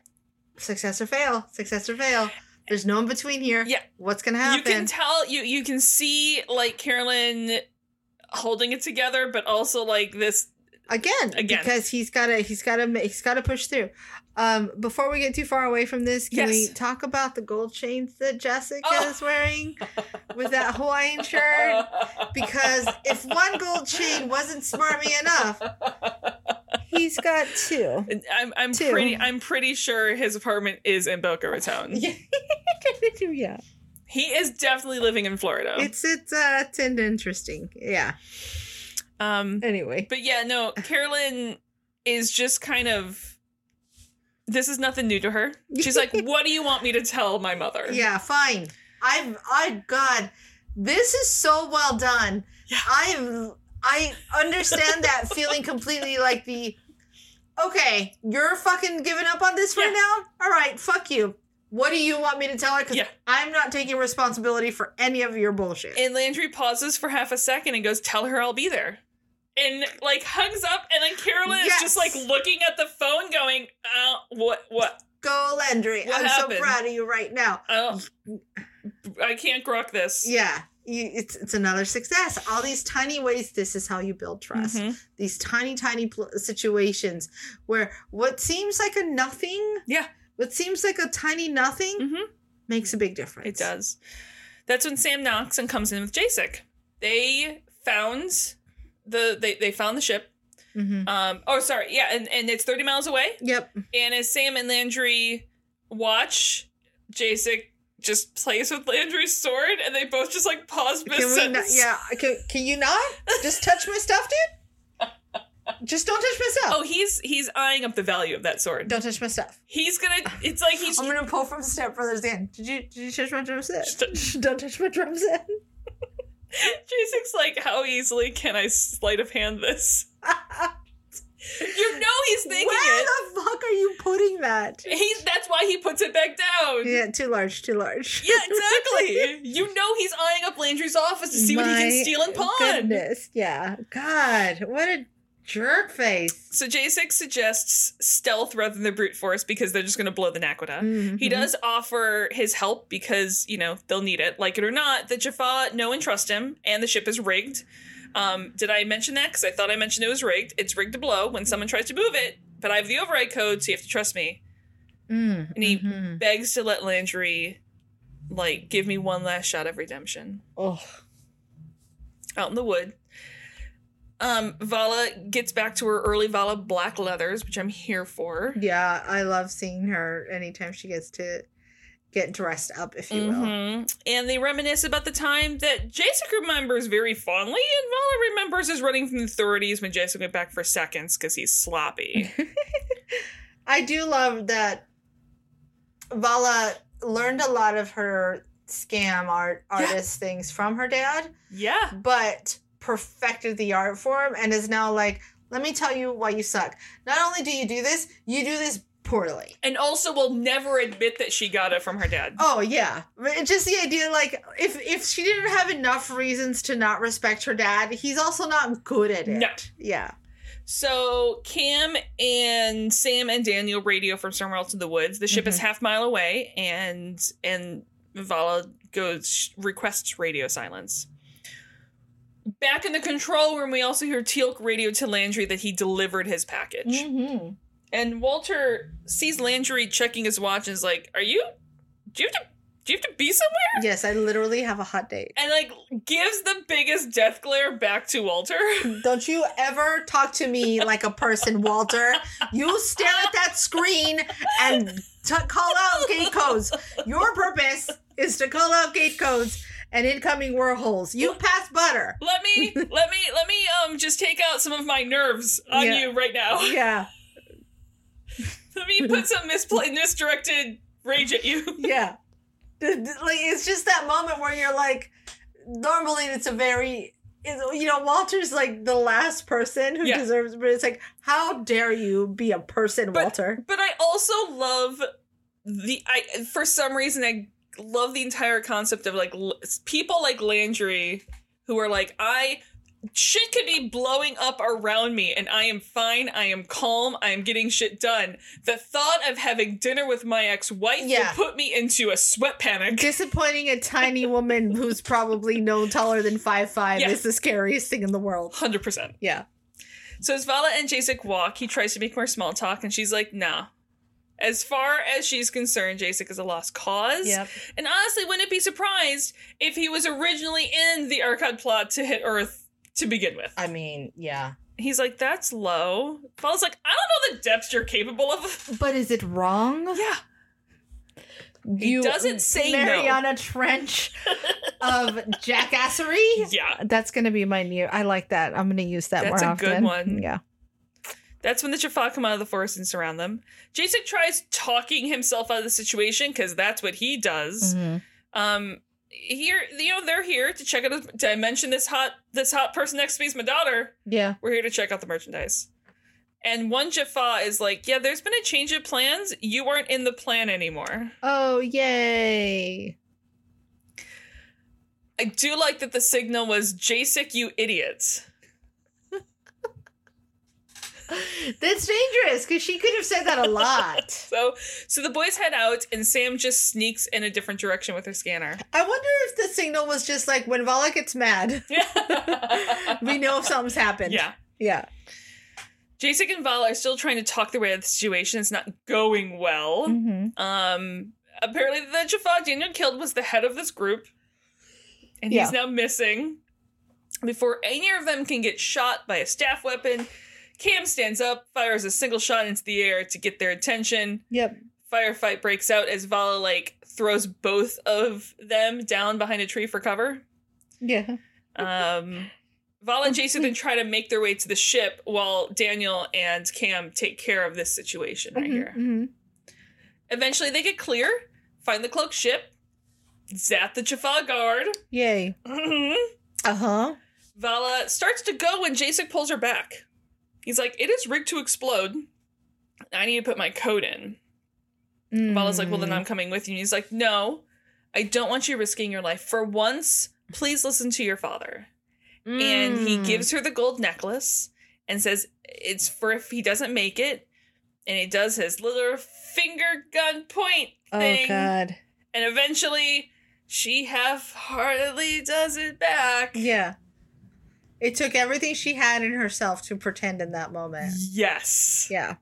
Success or fail. Success or fail. There's no in between here. Yeah. What's gonna You can happen? tell you you can see like Carolyn holding it together, but also like this. again, Again. because he's gotta he's gotta ma- he's gotta push through. Um, before we get too far away from this, can we Yes. talk about the gold chains that Jessica Oh. *laughs* is wearing with that Hawaiian shirt? Because if one gold chain wasn't smarmy enough, He's got *laughs* *laughs* two. And I'm I'm Two. pretty I'm pretty sure his apartment is in Boca Raton. yeah. He is definitely living in Florida. it's it's uh it's an interesting. Yeah. um, Anyway. But yeah, no, Carolyn is just kind of. This is nothing new to her. She's *laughs* like, "What do you want me to tell my mother?" Yeah, fine. I've I God, this is so well done. Yeah. I've I *laughs* understand that feeling completely like the okay, you're fucking giving up on this right Yeah. now? All right, fuck you. What do you want me to tell her? Because Yeah. I'm not taking responsibility for any of your bullshit. And Landry pauses for half a second and goes, "Tell her I'll be there." And like hugs up, and then Carolyn Yes. is just like looking at the phone, going, "Uh, what, what? Go, Landry. What I'm happened? so proud of you right now. Oh, I can't grok this." Yeah. You, it's it's another success. All these tiny ways. This is how you build trust. Mhm. these tiny tiny pl- situations where what seems like a nothing Yeah. what seems like a tiny nothing Mhm. makes a big difference It does. That's when Sam knocks and comes in with Jasek. They found the they they found the ship. Mhm. Um, oh, sorry, yeah, and, and it's 30 miles away. *laughs* yep And as Sam and Landry watch, Jasek just plays with Landry's sword, and they both just like pause mid can we not, sentence. yeah can, can you not just touch my stuff dude just don't touch my stuff Oh, he's he's eyeing up the value of that sword. don't touch my stuff He's gonna. It's like he's. i'm gonna pull from step brothers in did you did you touch my drum set *laughs* Don't touch my drum set. Jasek's like, how easily can I sleight of hand this? you know he's thinking where it. the fuck are you putting that He. That's why he puts it back down. yeah too large too large Yeah, exactly. you know he's eyeing up Landry's office to see what he My can steal and pawn. Goodness. Yeah. god what a jerk face So Jasek suggests stealth rather than brute force because they're just going to blow the Naquita. He Mm-hmm. does offer his help because, you know, they'll need it. Like it or not, the Jaffa know and trust him, and the ship is rigged. Um, did I mention that? Because I thought I mentioned it was rigged. It's rigged to blow when someone tries to move it, but I have the override code, so you have to trust me. Mm-hmm. Mm, And he mhm. begs to let Landry, like, give me one last shot of redemption Oh, out in the wood. Um, Vala gets back to her early Vala black leathers, which I'm here for. yeah, I love seeing her anytime she gets to get dressed up, if you will. hmm And they reminisce about the time that Jessica remembers very fondly, and Vala remembers is running from the authorities when Jason went back for seconds because he's sloppy. I do love that Vala learned a lot of her scam art Yeah. artist things from her dad, yeah. but perfected the art form and is now like, let me tell you why you suck. Not only do you do this, you do this poorly. And also will never admit that she got it from her dad. Oh yeah, But it's just the idea like if if she didn't have enough reasons to not respect her dad, he's also not good at it. No. Yeah. So Cam and Sam and Daniel radio from somewhere else in the woods. The ship is half mile away, and and Vala goes requests radio silence. Back in the control room, we also hear Teal'c radio to Landry that he delivered his package, Mm-hmm. and Walter sees Landry checking his watch and is like, "Are you? Do you have to? Do you have to be somewhere?" Yes, I literally have a hot date. And like gives the biggest death glare back to Walter. *laughs* Don't you ever talk to me like a person, Walter. You stare at that screen and t- call out gate codes. Your purpose is to call out gate codes and incoming whirlholes. You pass butter. let me let me let me um just take out some of my nerves on Yeah. you right now. *laughs* Yeah, let me put some mispla- misdirected rage at you. *laughs* Yeah. D- d- Like it's just that moment where you're like, normally it's a very, it's- you know, Walter's like the last person who Yeah. deserves, but it's like, how dare you be a person, But- Walter? But I also love the I for some reason I love the entire concept of like l- people like Landry who are like I shit could be blowing up around me and I am fine, I am calm, I am getting shit done. The thought of having dinner with my ex-wife Yeah. will put me into a sweat panic. *laughs* Disappointing a tiny woman who's probably no taller than five five Yeah. is the scariest thing in the world. Hundred percent. Yeah. So as Vala and Jacek walk, he tries to make more small talk, and she's like, "Nah." As far as she's concerned, Jacek is a lost cause. And honestly, wouldn't be surprised if he was originally in the Arcad plot to hit Earth to begin with. I mean, yeah. He's like, "That's low." Vala's like, "I don't know the depths you're capable *laughs* of." But is it wrong? yeah. He You doesn't say Mariana Trench *laughs* of no. jackassery. Yeah. that's gonna be my new. I like that. I'm gonna use that That's more a good often. one. Yeah. That's when the Jaffa come out of the forest and surround them. Jacek tries talking himself out of the situation because that's what he does. um here you know they're here to check out his- did i mention this hot this hot person next to me is my daughter Yeah. we're here to check out the merchandise and one jaffa is like yeah there's been a change of plans you aren't in the plan anymore Oh yay! i do like that the signal was jasic you idiot That's dangerous because she could have said that a *laughs* lot. so so the boys head out and sam just sneaks in a different direction with her scanner I wonder if the signal was just like when Vala *laughs* gets mad, we know if something's happened. yeah Yeah. jasic and val are still trying to talk their way out of the situation it's not going well Mm-hmm. Um, apparently, the Jaffa Daniel killed was the head of this group, and Yeah. he's now missing. Before any of them can get shot by a staff weapon, Cam stands up, fires a single shot into the air to get their attention. Yep. Firefight breaks out as Vala like throws both of them down behind a tree for cover. Yeah. Um, Vala and Jason then try to make their way to the ship while Daniel and Cam take care of this situation Mm-hmm. right Mhm, here. mhm. Eventually, they get clear, find the cloaked ship, zap the Jaffa guard. Yay. Uh huh. Vala starts to go when Jacek pulls her back. He's like, "It is rigged to explode. I need to put my code in." Mm. Vala's like, "Well, Mm. then I'm coming with you." And he's like, "No, I don't want you risking your life. For once, please listen to your father." And Mm. he gives her the gold necklace and says, "It's for if he doesn't make it." And he does his little finger gun point Oh thing. God. And eventually, she half heartedly does it back. Yeah. It took everything she had in herself to pretend in that moment. Yes. Yeah.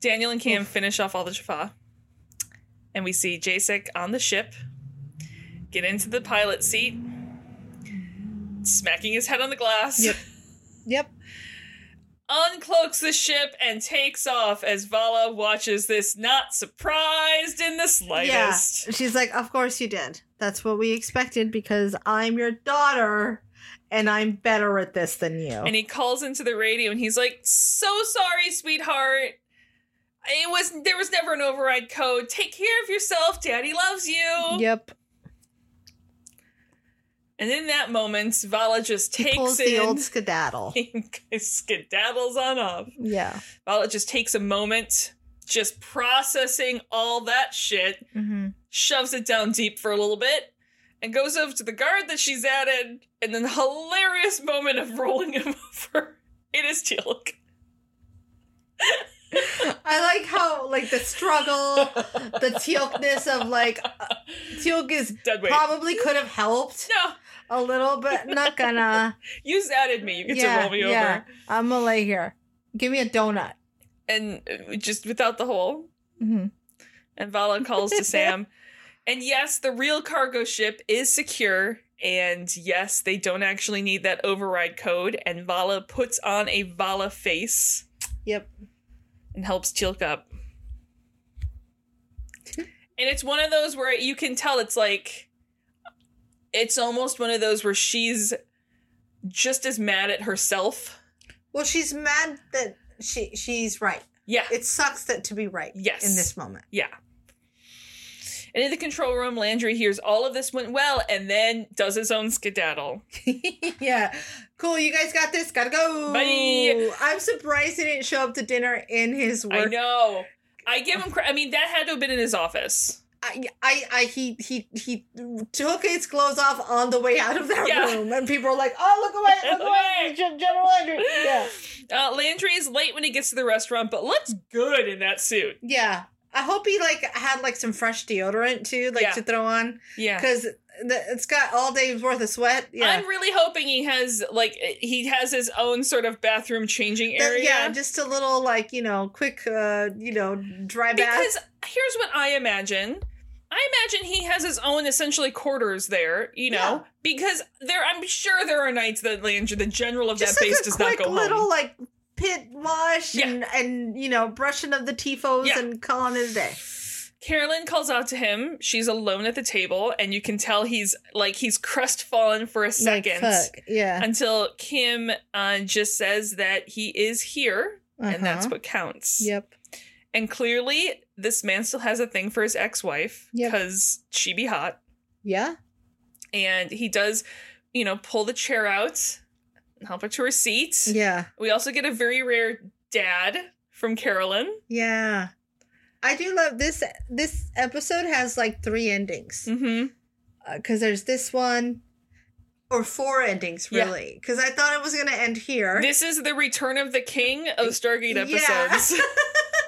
Daniel and Cam finish off all the Jaffa, and we see Jacek on the ship get into the pilot seat, smacking his head on the glass, Yep. Yep. uncloaks the ship, and takes off as Vala watches this, not surprised in the slightest. Yeah. She's like, Of course you did. That's what we expected because I'm your daughter and I'm better at this than you. And he calls into the radio and he's like, So sorry, sweetheart. It was there was never an override code. Take care of yourself. Daddy loves you. Yep. And in that moment, Vala just he takes pulls in the *laughs* old skedaddle. skedaddles on up. Yeah. Violet just takes a moment, just processing all that shit, Mm-hmm. shoves it down deep for a little bit, and goes over to the guard that she's at and, and then the hilarious moment of rolling him *laughs* over. It is Teal'c. I like how like the struggle, the tealness of like uh, teal is Dead weight. probably could have helped no, a little, but *laughs* not gonna. you zatted me. You get to roll me over. I'm gonna lay here. Give me a donut. And uh, just without the hole. Mm-hmm. And Vala calls to Sam. And yes, the real cargo ship is secure. And yes, they don't actually need that override code. And Vala puts on a Vala face Yep. and helps Teal'c up. And it's one of those where you can tell it's like, it's almost one of those where she's just as mad at herself. Well, she's mad that she she's right. Yeah. It sucks that to be right. Yes. In this moment. Yeah. And in the control room, Landry hears all of this went well and then does his own skedaddle. yeah. Cool. You guys got this. Gotta go. Bye. I'm surprised he didn't show up to dinner in his I work. know. I give him credit. I mean, that had to have been in his office. I, I, I- he, he, he took his clothes off on the way out of that Yeah. room, and people were like, "Oh, look away, look away, Gen- General Andrew." *laughs* Yeah, Uh, Landry is late when he gets to the restaurant, but looks good in that suit. yeah. I hope he like had like some fresh deodorant too, like Yeah. to throw on, Yeah. because it's got all day's worth of sweat. Yeah, I'm really hoping he has like he has his own sort of bathroom changing That- area. yeah, just a little like you know, quick, uh, you know, dry bath. because here's what I imagine. I imagine he has his own essentially quarters there, you know, Yeah. because there I'm sure there are nights that Landry, the general of just that like base, a does not quick go little home. like pit wash Yeah. and and you know brushing of the tifos Yeah. and calling it a day. Carolyn calls out to him. She's alone at the table, and you can tell he's like he's crestfallen for a Like, second. fuck. Yeah. until Kim uh, just says that he is here Uh-huh. and that's what counts. Yep. And clearly, this man still has a thing for his ex wife Yep. because she be hot. Yeah. And he does, you know, pull the chair out and help her to her seat. Yeah. We also get a very rare dad from Carolyn. Yeah. I do love this. This episode has like three endings Uh, Mm-hmm. Because there's this one. or four endings, Yeah. really. Because I thought it was going to end here. This is the return of the king of Stargate Yeah. episodes. *laughs* *laughs* Yeah.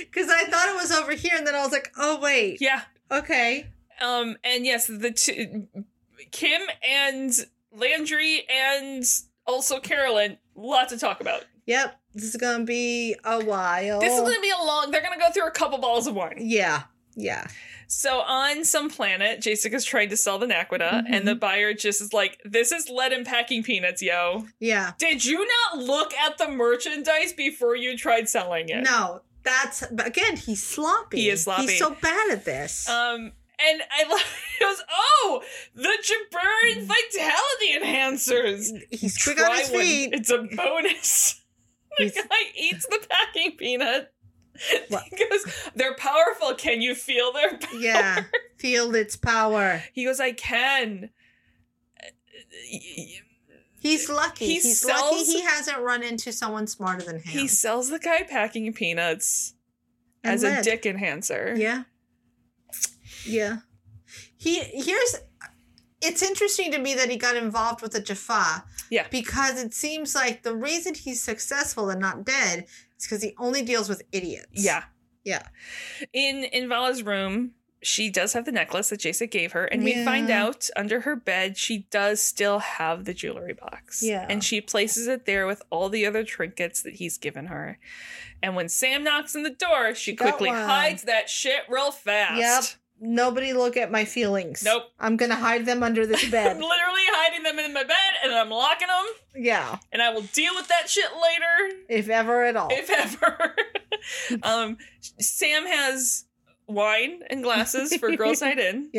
Because I thought it was over here, and then I was like, oh wait, okay, Um, and yes, the two Kim and Landry and also Carolyn, lot to talk about. yep, this is going to be a while. This is gonna be a long they're gonna go through a couple bottles of wine. yeah, yeah, So on some planet, Jessica's trying to sell the Naquita, Mhm. and the buyer just is like, This is lead and packing peanuts, yo. yeah. Did you not look at the merchandise before you tried selling it? No, that's but again, he's sloppy. He is sloppy. He's so bad at this. Um and I *laughs* love it was oh the Jabern vitality enhancers. he's quick on his Try one. feet. *laughs* It's a bonus. *laughs* The He's- guy eats the packing peanut. *laughs* What? He goes, they're powerful. Can you feel their? Power? Yeah, feel its power. He goes, I can. Uh, He's lucky. He he's lucky sells- he hasn't run into someone smarter than him. He sells the guy packing peanuts And as a lead. dick enhancer. Yeah. Yeah. He here's it's interesting to me that he got involved with the Jaffa. Yeah. Because it seems like the reason he's successful and not dead is because he only deals with idiots. Yeah. Yeah. In in Vala's room, she does have the necklace that Jason gave her, and we find Yeah. out under her bed she does still have the jewelry box. Yeah. And she places it there with all the other trinkets that he's given her. And when Sam knocks on the door, she Got quickly one. hides that shit real fast. Nobody look at my feelings. Nope. I'm gonna hide them under *laughs* this I'm bed. literally hiding them in my bed and I'm locking them, yeah, and I will deal with that shit later. if ever at all. if *laughs* ever. um, Sam has wine and glasses for *laughs* girls' night in.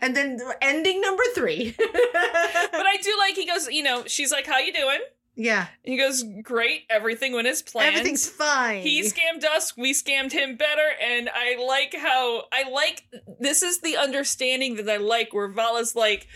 and then ending number three. *laughs* But I do like he goes, you know, she's like, "How you doing?" yeah, He goes, "Great, everything went as planned." everything's fine. he scammed us, we scammed him better, and I like how I like this is the understanding that I like where Vala's like,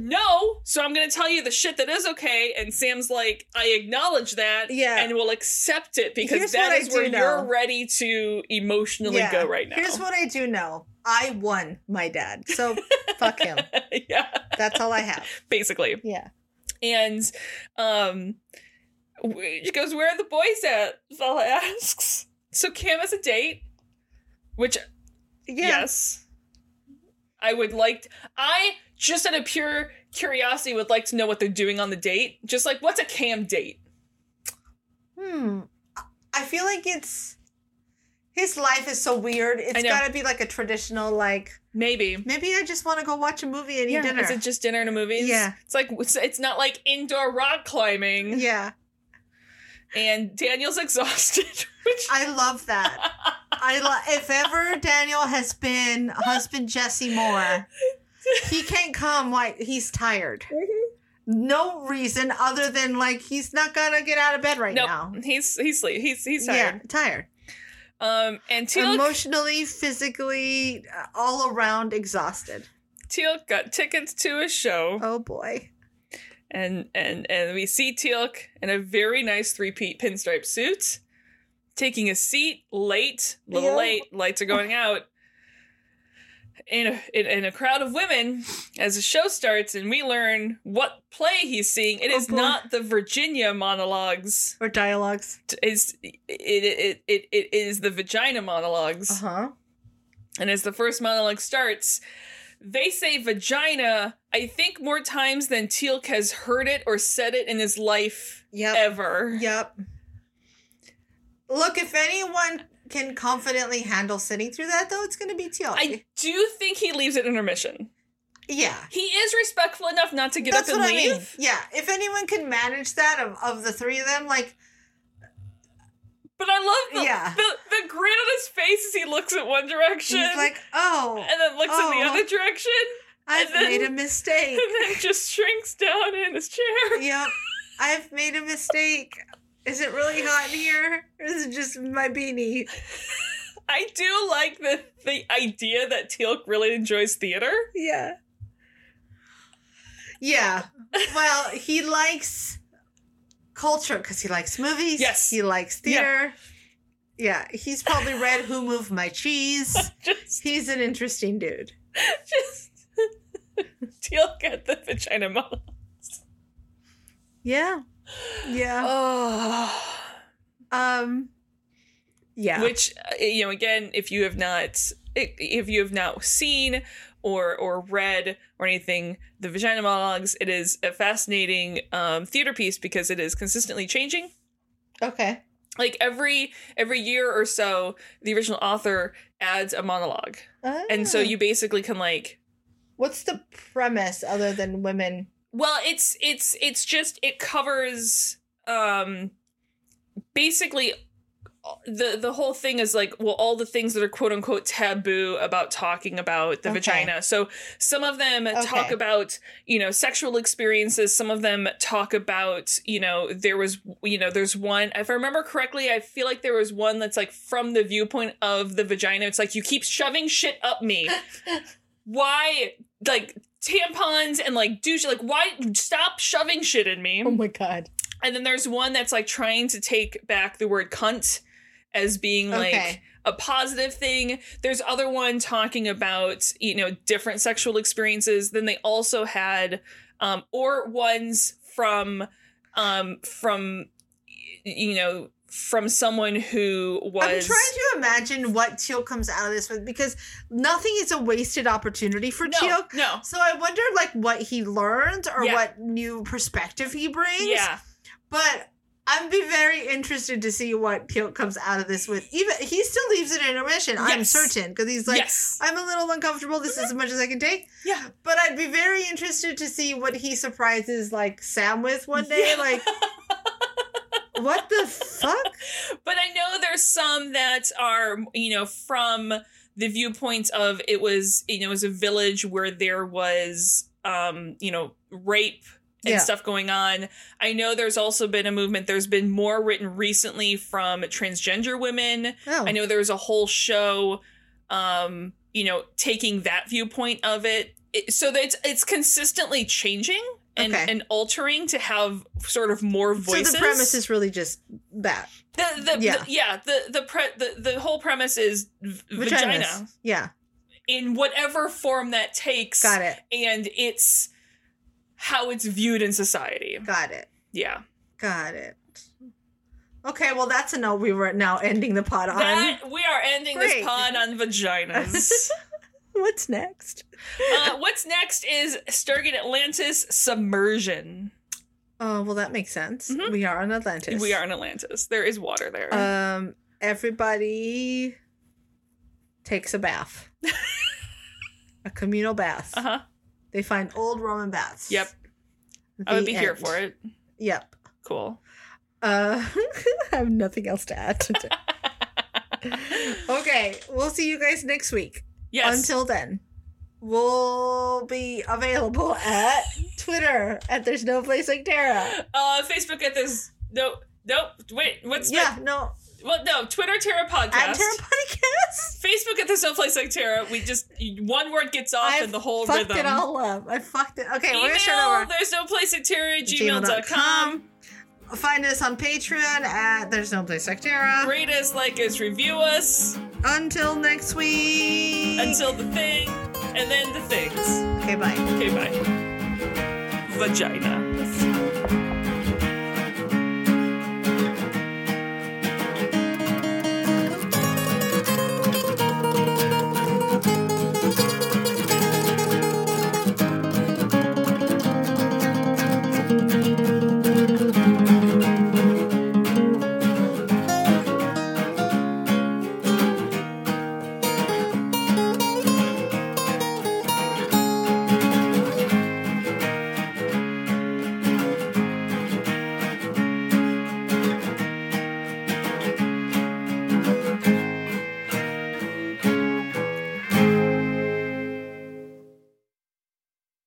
no, so I'm gonna tell you the shit that is okay, and Sam's like, I acknowledge that, Yeah. and will accept it because Here's that what I is where do know. you're ready to emotionally Yeah. go right now. Here's what I do know. I won my dad, so fuck him. *laughs* yeah, That's all I have. basically. Yeah. And um w- she goes, Where are the boys at? Vala asks. So Cam has a date. Which Yeah. yes. I would like I just out of pure curiosity would like to know what they're doing on the date. Just like what's a Cam date? Hmm. I feel like it's his life is so weird. It's know. got to be like a traditional like Maybe. maybe I just want to go watch a movie and eat dinner. Is it just dinner and a movie? Yeah. It's like it's, it's not like indoor rock climbing. yeah. And Daniel's exhausted. *laughs* Which I love that. I lo- if ever Daniel has been husband Jesse Moore, he can't come. Why he's tired. Mm-hmm. No reason other than like he's not gonna get out of bed right nope. now. He's he's sleep. He's he's tired. Yeah, tired. Um and Teal Emotionally, physically, uh, all around exhausted. Teal'c got tickets to a show, Oh boy. and and and we see Teal'c in a very nice three-peat pinstripe suit, taking a seat late, a little Yeah. late. Lights are going out. In a, in, in a crowd of women, as the show starts, and we learn what play he's seeing. It Oh, is boy. not the Virginia monologues. Or dialogues. Is it, it it it is the vagina Uh-huh. monologues. Uh huh. And as the first monologue starts, they say vagina, I think, more times than Teal'c has heard it or said it in his life Yep. ever. Yep. Look, if anyone can confidently handle sitting through that, though, it's going to be Teal. I do think he leaves at intermission. yeah. He is respectful enough not to get That's up and what I leave. mean. Yeah. If anyone can manage that of, of the three of them, like, But I love the, *laughs* Yeah. the the grin on his face as he looks at one direction he's like, oh, and then looks in the "Oh." other direction *laughs* I've and then- made a mistake. *laughs* and then just shrinks down in his *laughs* chair. yep. I've made a mistake. Is it really hot in here? Or is it just my beanie? I do like the the idea that Teal'c really enjoys theater. *laughs* Yeah. Yeah. Well, he likes culture because he likes movies. Yes. He likes Yeah. theater. Yeah. He's probably read Who Moved *laughs* My Cheese. Just He's an interesting dude. *laughs* just Teal'c at the vagina model. Yeah. Yeah. Oh. Um, yeah. Which uh, you know, again, if you have not, if you have not seen or or read or anything, the vagina monologues, it is a fascinating um, theater piece because it is consistently changing. Okay. Like every every year or so, the original author adds a monologue, and so Ah. Hmm. you basically can like What's the premise other than women? Well, it's it's it's just it covers um basically the the whole thing is like well all the things that are quote unquote taboo about talking about the Okay. vagina. So some of them talk Okay. about, you know, sexual experiences, some of them talk about, you know, there was you know, there's one if I remember correctly, I feel like there was one that's like from the viewpoint of the vagina. It's like you keep shoving shit up me. Why like tampons and like douche like why stop shoving shit in me Oh my god. and then there's one that's like trying to take back the word cunt as being like Okay. a positive thing there's other one talking about you know different sexual experiences then they also had um or ones from um from y- you know from someone who was I'm trying to imagine what Teal comes out of this with because nothing is a wasted opportunity for no, Teal. no. So I wonder like what he learned or Yeah. what new perspective he brings. Yeah. But I'd be very interested to see what Teal comes out of this with. Even he still leaves it in intermission, I'm Yes. certain, because he's like, yes. I'm a little uncomfortable. This is as much as I can take. Yeah. But I'd be very interested to see what he surprises like Sam with one day. Yeah. Like, what the fuck? But I know there's some that are, you know, from the viewpoints of it was, you know, it was a village where there was, um, you know, rape and Yeah. stuff going on. I know there's also been a movement. There's been more written recently from transgender women. Oh. *laughs* I know there was a whole show, um, you know, taking that viewpoint of it. it so that it's it's consistently changing and, Okay. and altering to have sort of more voices. So the premise is really just that. The, the, yeah. The, Yeah. yeah, the the pre the, the whole premise is v- Vaginas. vagina Yeah, in whatever form that takes, got it. and it's how it's viewed in society. Got it. Yeah, Got it. Okay, well, that's a note we were now ending the pod on. that we are ending this Great. pod on vaginas. *laughs* What's next? uh, what's next is Stargate Atlantis submersion. Oh, well, that makes sense. Mhm. We are on Atlantis. We are in Atlantis. There is water there. Um, everybody takes *laughs* a bath, a communal bath. Uh huh. They find old Roman baths. Yep. I would The be here end. for it. Yep. Cool. Uh, *laughs* I have nothing else to add. today. *laughs* okay, we'll see you guys next week. Yes. Until then, we'll be available at Twitter at There's No Place Like Tara. uh, Facebook at this. No. Nope. Wait. What's Yeah, no, Well, no, Twitter Terra podcast. at Tara Podcast. Facebook at the No Place Like Terra. We just one word gets off I and the whole fucked rhythm. it all up. I fucked it. Okay, we're gonna Email start there's no place like Terra gmail.com. gmail.com. over. Find us on Patreon at There's No Place Like Tara. Rate us, like us, review us Until next week. until the thing, and then the things. okay, bye. Okay, bye. Vagina.